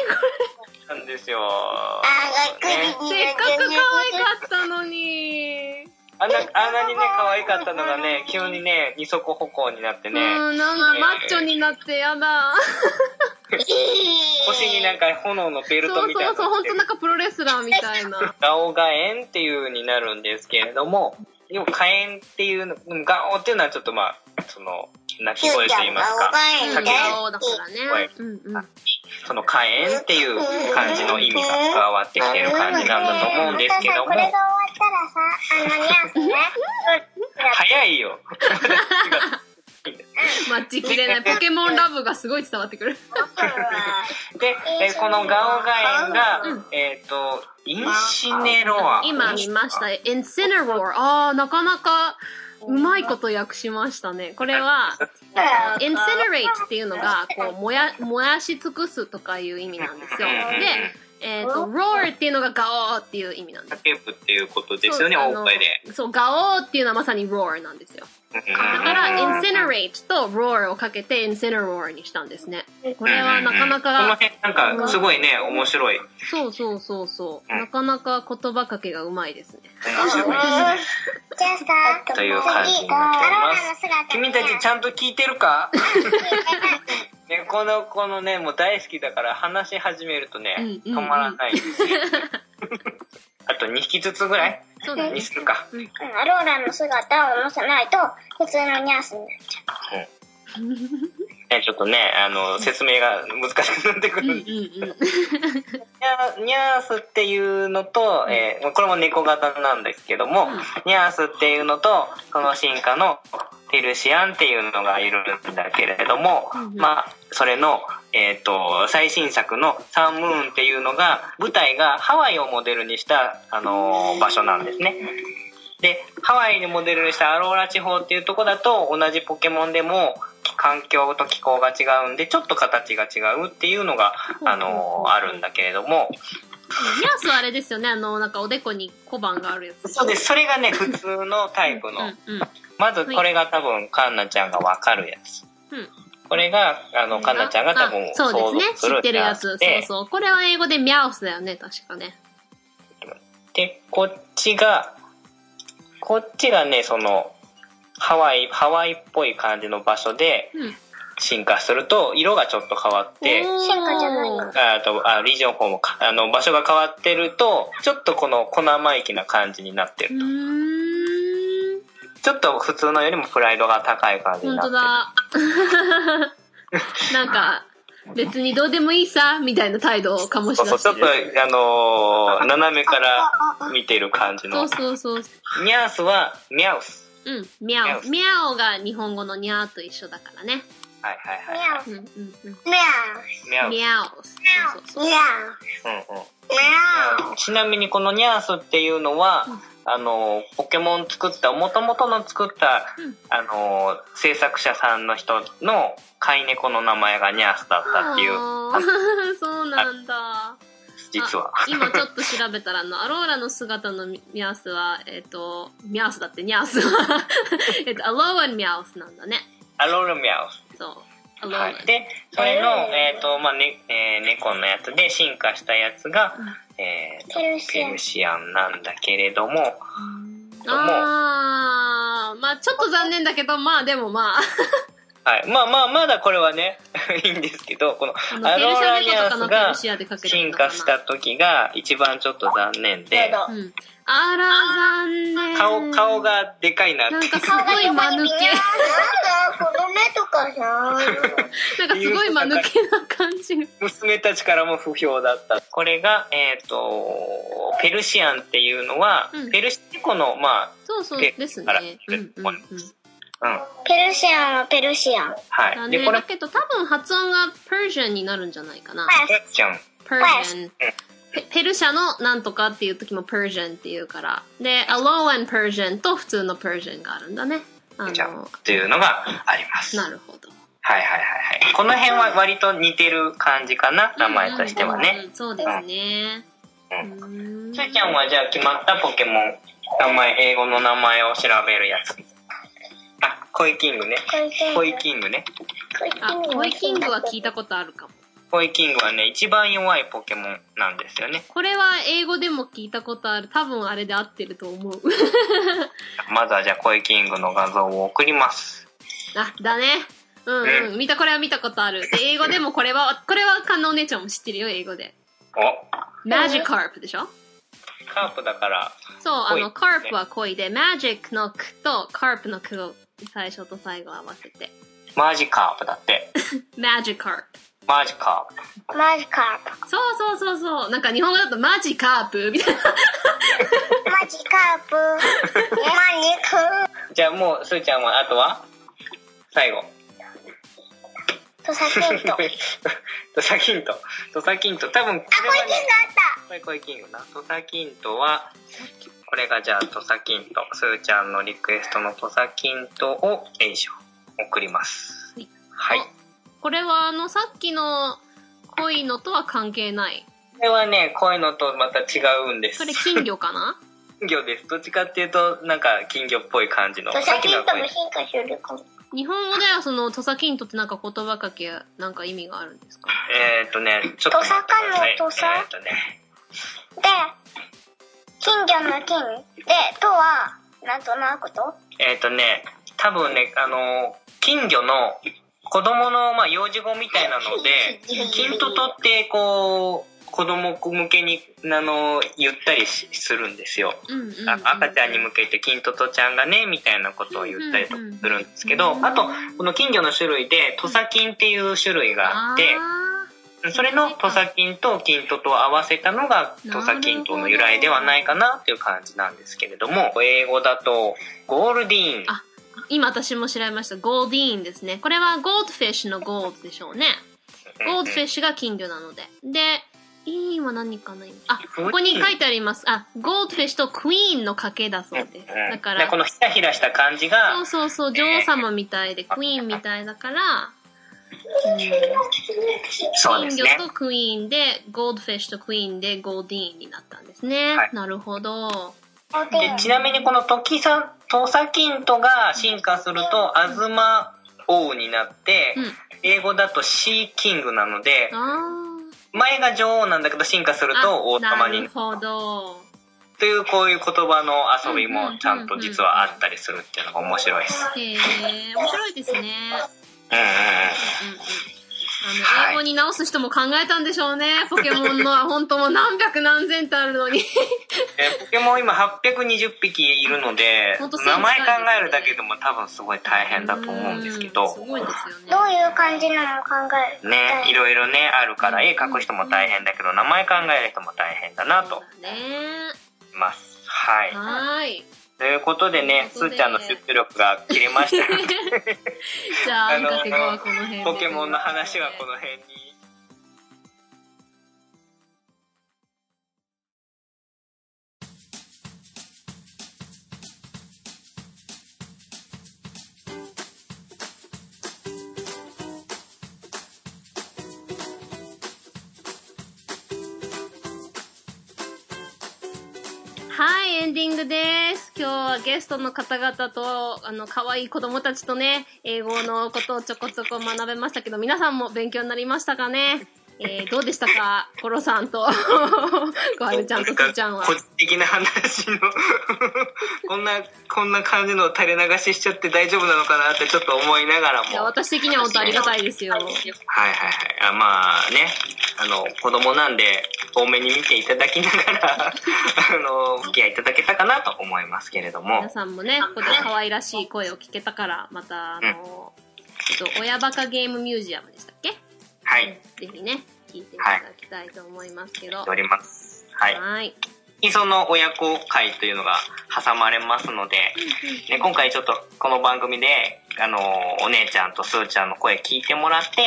A: 何こ
B: なんですよ。
C: あがっくり
B: ね
A: れ。せっかく可愛かったのに。
B: あんな、あんなにね、可愛かったのがね、急にね、二足歩行になって
A: う
B: ね、
A: ん、なんかマッチョになってやだ。
B: 腰になんか炎のベル
A: そ
B: ト
A: う
B: みたいな
A: そう
B: のつけ
A: そう、本当
B: て。
A: なんかプロレスラーみたいな。
B: ガオガエンっていう風になるんですけれども、でも火炎っていうの、ガオっていうのはちょっとまあ、その、鳴き声と言いますか、
A: うん、
B: 先
A: 顔だからね。うんうん。
B: その火炎っていう感じの意味が加わってきてる感じなんだと思うんですけど
C: これが終
B: も、
C: わったらさ、あのニャースね。
B: 早いよ。
A: 待ちきれない。ポケモンラブがすごい伝わってくる。
B: で、えーこのガオガエンが
A: うん、
B: えっ、と、インシネロア。
A: 今見ました。インセネロー。ああ、なかなかうまいこと訳しましたね。これは、
B: [LAUGHS]
A: インセネレートっていうの [LAUGHS] が、こう、燃や、燃やし尽くすとかいう意味なんですよ。で、えっ、と、ローっていうのがガオーっていう意味なんです。
B: 叫ぶっていうことですよね、
A: そう
B: 大声で。。
A: あのそう、ガオーっていうのはまさにローなんですよ。だから、incinerate と roar をかけて incineroar にしたんですね。これはなかな
B: うんうんうん
A: か
B: こ、の辺なんかすごいね、面白い。
A: そうそうそうそう、
B: うん
A: なかなか言葉かけがうまいですね。
B: 面白い。
C: じゃあさ、次が、アローラの姿。
B: 君たちち
C: ゃん
B: ゃんと聞いてるかね、この、このね、もう大好きだから話し始めるとね、
A: うんうん
B: 止まら
A: [LAUGHS]
B: ないんですよ。あと2匹ずつぐらい
A: そうだね
B: に。するか。
C: アローラの姿を戻さないと、普通のニャースになっちゃう。
B: ね、ちょっとね、あの、説明が難しくなってく
A: うんう
B: る
A: ん
B: んで
A: うん。
B: ニャーニャースっていうのと、えーこれも猫型なんですけども、ニャースっていうのと、その進化のペルシアンっていうのがいるんだけれども、
A: うん
B: まあ、それの、えっ、と、最新作のサンムーンっていうのが、舞台がハワイをモデルにした、あのー場所なんですね。で、ハワイにモデルにしたアローラ地方っていうとこだと、同じポケモンでも、キ環境と気候が違うんで、ちょっと形が違うっていうのが、あの、あるんだけれども、
A: 目安はあれですよね。あの、なんかおでこに小判があるやつ。
B: そうです。それがね、普通のタイプ
A: うんう
B: の。
A: ん。
B: まずこれが多分、カンナちゃんがわかるやつ
A: うん。
B: これが、あの、カンナちゃんが多分
A: あ
B: 想
A: そうですね
B: 像。す
A: 知
B: る
A: ってるやつ。そう
B: で
A: そう。これは英語でミャオスだよね、確かね。
B: で、こっちが、こっちがね、その、ハワイ、ハワイっぽい感じの場所で
A: うん。
B: 進化すると、色がちょっと変わって、
A: おー
C: 進化じゃないの
B: ああと、あ、リージョン4もか、あの、場所が変わってると、ちょっとこの小生意気な感じになって
A: う
B: ると。
A: ーん。
B: ちょっと普通のよりもプライドが高い感じに
A: 本
B: なって
A: 当
B: る。
A: だ。
B: [LAUGHS]
A: なんか、別にどうでもいいさ、みたいな態度を醸し
B: そ
A: 出
B: うそう、ちょ
A: し
B: ってと、
A: る。
B: あのー斜めから見てる感じ
A: そ
B: の
A: う。そうそう。
B: ニャースは、ミャウス。
A: うん。ミャオ。ミャオが日本語のニャーと一緒だからね。
B: はいはい
C: ミ
B: は
C: ャ
A: うんうんうん。
C: オ。ミャ
B: い。ミャウ
A: ミ
B: ス。
A: ャオ。そうそ
C: オ。
A: う
C: ミ
A: そう。
C: ャオ。
B: うんうん。
C: ミャオ。
B: ちなみにこのニャースっていうのは、あの、ポケモン作った、元々の作った
A: うん、
B: あの、制作者さんの人の飼い猫の名前がニャースだったっていう、
A: あー [LAUGHS] そうなんだ。
B: 実は。
A: あ今ちょっと調べたら、あの、アローラの姿のミャースは、えっ、と、ミャースだって、ニャースは、 [LAUGHS] えっと、アローラミャースなんだね。
B: アロルミャウス。
A: そう。アローラ。
B: はい。で、それの、え
C: えー
B: っ、と、まあ、ね、えー猫のやつで進化したやつが、えーと
C: ペルシ
B: ペ
C: アン
B: ル。シアンなんだけれども、
A: あー、まあちょっと残念だけど、まあでもまあ、
B: はい。まあまあ、まだこれはね、 [LAUGHS] いいんですけど、この
A: あの、
B: ア
A: ペル
B: ロ
A: シャ
B: ラ
A: ネ
B: ニ
A: コと
B: ア
A: かの
B: ス
A: ペ
B: が
A: ルシアでかける
B: 進
A: のかな
B: 化した時が一番ちょっと残念
C: や
B: で、
C: だ
A: うん。あら、残念。
B: 顔、顔。がでかいな
A: なん
B: っ
A: か
B: て。
A: すごい間
B: [LAUGHS]
A: 抜
C: なん
A: け。
C: だ、この目とかさ。
A: なんかすごい間抜けな感じが。
B: 娘たちからも不評だった。これが、えっ、と、ペルシアンっていうのは、
A: うん
B: ペルシアコの、ま
A: そうそう
B: で
A: です
B: から
A: ね。うんうんうん。
B: あ、うん。
C: ペルシアンはペルシアン。
B: は
A: だ
B: い。で、
A: ね。
B: これ
A: だ、けど多分発音が Persian になるんじゃないかな。
B: ペルシアン。
A: Persian。ペペルシャのなんとかっていう時も Persian っていうから。で、アローラン Persian と普通の Persian があるんだね。あ
B: じゃん
A: の、
B: というのがあります。は
A: ないるほど。
B: はいはいはい。この辺は割と似てる感じかな、名前としては
A: うんうん
B: ね。
A: うん。そうですね。
B: うん
A: う
B: つーちゃんはじゃあ決まったポケモン、名前、英語の名前を調べるやつ。あ、コイキングね。
C: コイキング。
B: コイキングね。
A: あ、コイキングは聞いた
C: こ
A: ことあるかも。
B: コイキングはね、一番弱いポケモンなんですよね。
A: これは英語でも聞いたことある。多分あれで合ってると思う。 [LAUGHS]
B: まずはじゃあコイキングの画像を送ります。
A: あ、だね。うんうん。見た、これは見たことある。で、英語でもこれは、これはカンナお姉ちゃんも知ってるよ、英語で。
B: お、
A: マジカープでしょ
B: カープだから、
A: そう、あの、カ
B: 恋
A: ープは恋で、マジックの句とカープの句を最初と最後合わせて。
B: マジカープだって。
A: マジカープ。
B: マジカープ。
C: と。マジカー
A: そうそうそうそう。なんか日本語だとマジカープみたいな。
C: プ。マジカープ。マニク。
B: じゃあもう、すーちゃんは、あとは最後。
C: とサキンと。あ、コイキング
B: トサキント。 [LAUGHS] トサキント。多分これはね、
C: あった。
B: これコイキングな。トサキントは、これがじゃあトサキント。すーちゃんのリクエストのトサキントを、よいしょ、送ります
A: はい。
B: はい。
A: これはあの、さっきの恋のとは関係ない。
B: これはね、こういうのとまた違うんです。
A: それ金魚か
B: [LAUGHS]
A: な
B: 金魚です。どっちかっていうと、なんか金魚っぽい感じの。
C: とサキン
B: は
C: と
B: こ
C: も
B: れ
C: 進化するかも。
A: 日本語ではその土佐金とってなんか言葉かけなんか意味があるんですか
B: えーっとね、ちょっと待ってください。
C: トサカの
B: えーっとね。
C: で、金魚の金。で、とは、なんとなくと
B: えーっとね、多分ね、あの、金魚の子供の、まあ、幼児語みたいなので、金ととって、こう、子供向けに、あの、言ったりしするんですよ。
A: うんうんうん
B: あ赤ちゃんに向けて、金ととちゃんがね、みたいなことを言ったりとかするんですけど、あと、この金魚の種類で、土佐金っていう種類があって、
A: あ
B: それの土佐金と金とと合わせたのが土佐金との由来ではないかなっていう感じなんですけれども、英語だとゴールディーン。
A: あー今私も調べました。ゴールディーンですね。これはゴールドフィッシュのゴールドでしょうね。ゴールドフィッシュが金魚なので。で、 E は何かないあ、ここに書いてあります。あ、ゴールドフィッシュとクイーンの賭けだそうです。
B: うん
A: だか
B: で
A: ら、
B: このひらひらした感じが
A: そう、そうそう、女王様みたいで、クイーンみたいだから、
B: そうです
A: 金
B: ね。
A: 魚とクイーンで、ゴールドフィッシュとクイーンで、ゴールディーンになったんですね。
B: はい
A: なるほど。
B: でちなみにこのトキサトサキントが進化するとアズマ王になって、
A: うん
B: 英語だとシーキングなので
A: あ
B: 前が女王なんだけど進化すると王
A: あ、な
B: 様に
A: るほど。
B: というこういう言葉の遊びもちゃんと実はあったりするっていうのが面白いです。
A: へえ、面白いですね。うんうん
B: うんうんうん
A: うん。あの、英語に直す人も考えたんでしょうね。ポケモンの
B: [LAUGHS]
A: は本当もう何百何千とあるのに。
B: えポケモン今820匹いるので、
A: ほんとそう
B: 名前考えるだけでも多分すごい大変だと思うんですけ
A: う
B: ど
A: んす、ごいですよね。
C: どういう感じなの考える
B: ね、いろいろね、あるから、絵描く人も大変だけど、名前考える人も大変だなと思
A: ね
B: います。はい。
A: はーい。
B: ということでね、
A: と
B: す
A: いうことで
B: ーちゃんの出力が切れ
A: [LAUGHS]
B: ましたので
A: じゃあ、
B: あの
A: アンカケゴはこの辺で
B: ポケモンの話はこの辺に。
A: はい、エンディングです。今日はゲストの方々と、あの、可愛い子供たちとね、英語のことをちょこちょこ学べましたけど、皆さんも勉強になりましたかねえー、どうでしたかコロさん
B: [LAUGHS]
A: と、コハルちゃんとスーちゃんは。
B: 個人的な話の [LAUGHS] こんなこんな感じの垂れ流ししちゃって大丈夫なのかなってちょっと思いながらも
A: いや、私的には本当ありがたいですよ。
B: はいはいはい。あまあね、あの、子供なんで、多めに見ていただきながら、 [LAUGHS] あの、お付き合いいただけたかなと思いますけれども
A: 皆。さんもね、ここで可愛らしい声を聞けたから、また、あの、えっと、親バカゲームミュージアムでしたっけ
B: はい、
A: ぜひね、聞いていただきたいと思いますけど。
B: お
A: は
B: ります。はい。
A: い。
B: その親子会というのが挟まれますので、ね、今回ちょっとこの番組で、あの、お姉ちゃんとすーちゃんの声聞いてもらって、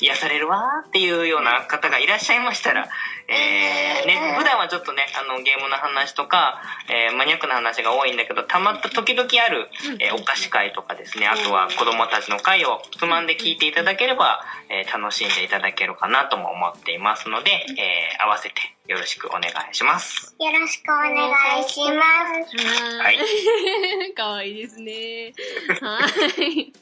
B: 癒されるわーっていうような方がいらっしゃいましたら、えー、ね、普段はちょっとね、あの、ゲームの話とか、えー、マニアックな話が多いんだけど、たまった時々ある、えー、お菓子会とかですね、あとは子供たちの会をつまんで聞いていただければ、えー、楽しんでいただけるかなとも思っていますので、えー、合わせてよろしくお願いします。
C: よろしくお願いします。
A: は
B: はいい。
A: 可愛い [LAUGHS] ですね。はい。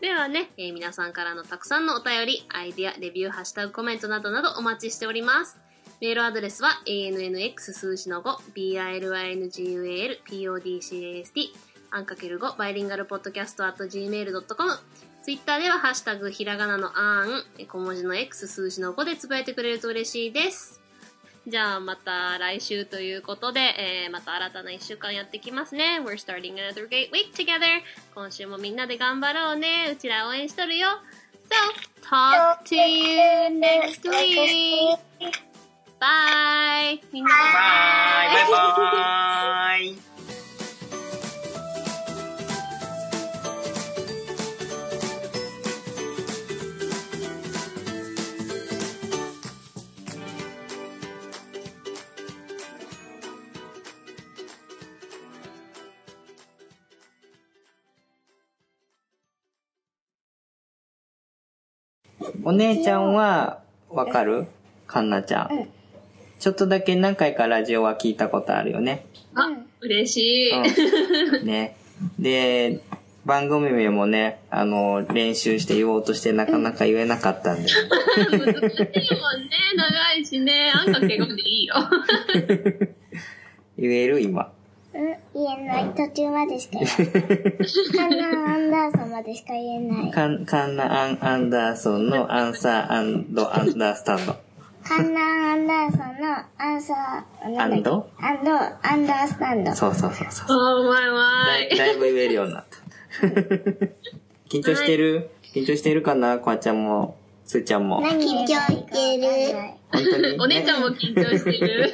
A: ではね、えー皆さんからのたくさんのお便り、アイディア、レビュー、ハッシュタグコメントなどなどお待ちしております。メールアドレスは ANNX 数字の5、BILINGUAL、PODCAST、アンかける5、バイリンガルポッドキャスト at gmail.com。ツイッターではハッシュタグひらがなのあーん、え小文字の X 数字の5でつぶやいてくれると嬉しいです。じゃあまた来週ということで、えーまた新たな1週間やってきますね。We're starting another great week together. 今週もみんなで頑張ろうね。うちら応援しとるよ。So, talk to you next week. Bye. みんな
B: バイバイバーイお姉ちゃんはわかるかんなちゃん。ちょっとだけ何回かラジオは聞いたことあるよね。
A: あ、嬉し [LAUGHS] い。
B: うん。ね。で、番組名もね、あの、練習して言おうとしてなかなか言えなかったんで。
A: 難しいもんね。長いしね。あんかけごでいいよ。
B: 言える今。
C: うん、言えない。途中までしか言え
A: [LAUGHS]
C: ない。ハンナ・アンダーソンまでしか言えない。
B: カン、カンナアン・アンダーソンのアンサーアンドアンダースタンド。
C: ハンナ・アンダーソンのアンサー、
B: アンド
C: アンド、アンダースタンド。
B: そうそうそうそう。
A: おー、わいわ
B: だい
A: い。
B: だいぶ言えるようになった。緊張してる緊張してるかなこあちゃんも、すーちゃんも。
C: 緊張してる。
B: 本当に。
A: お姉ちゃんも緊張してる。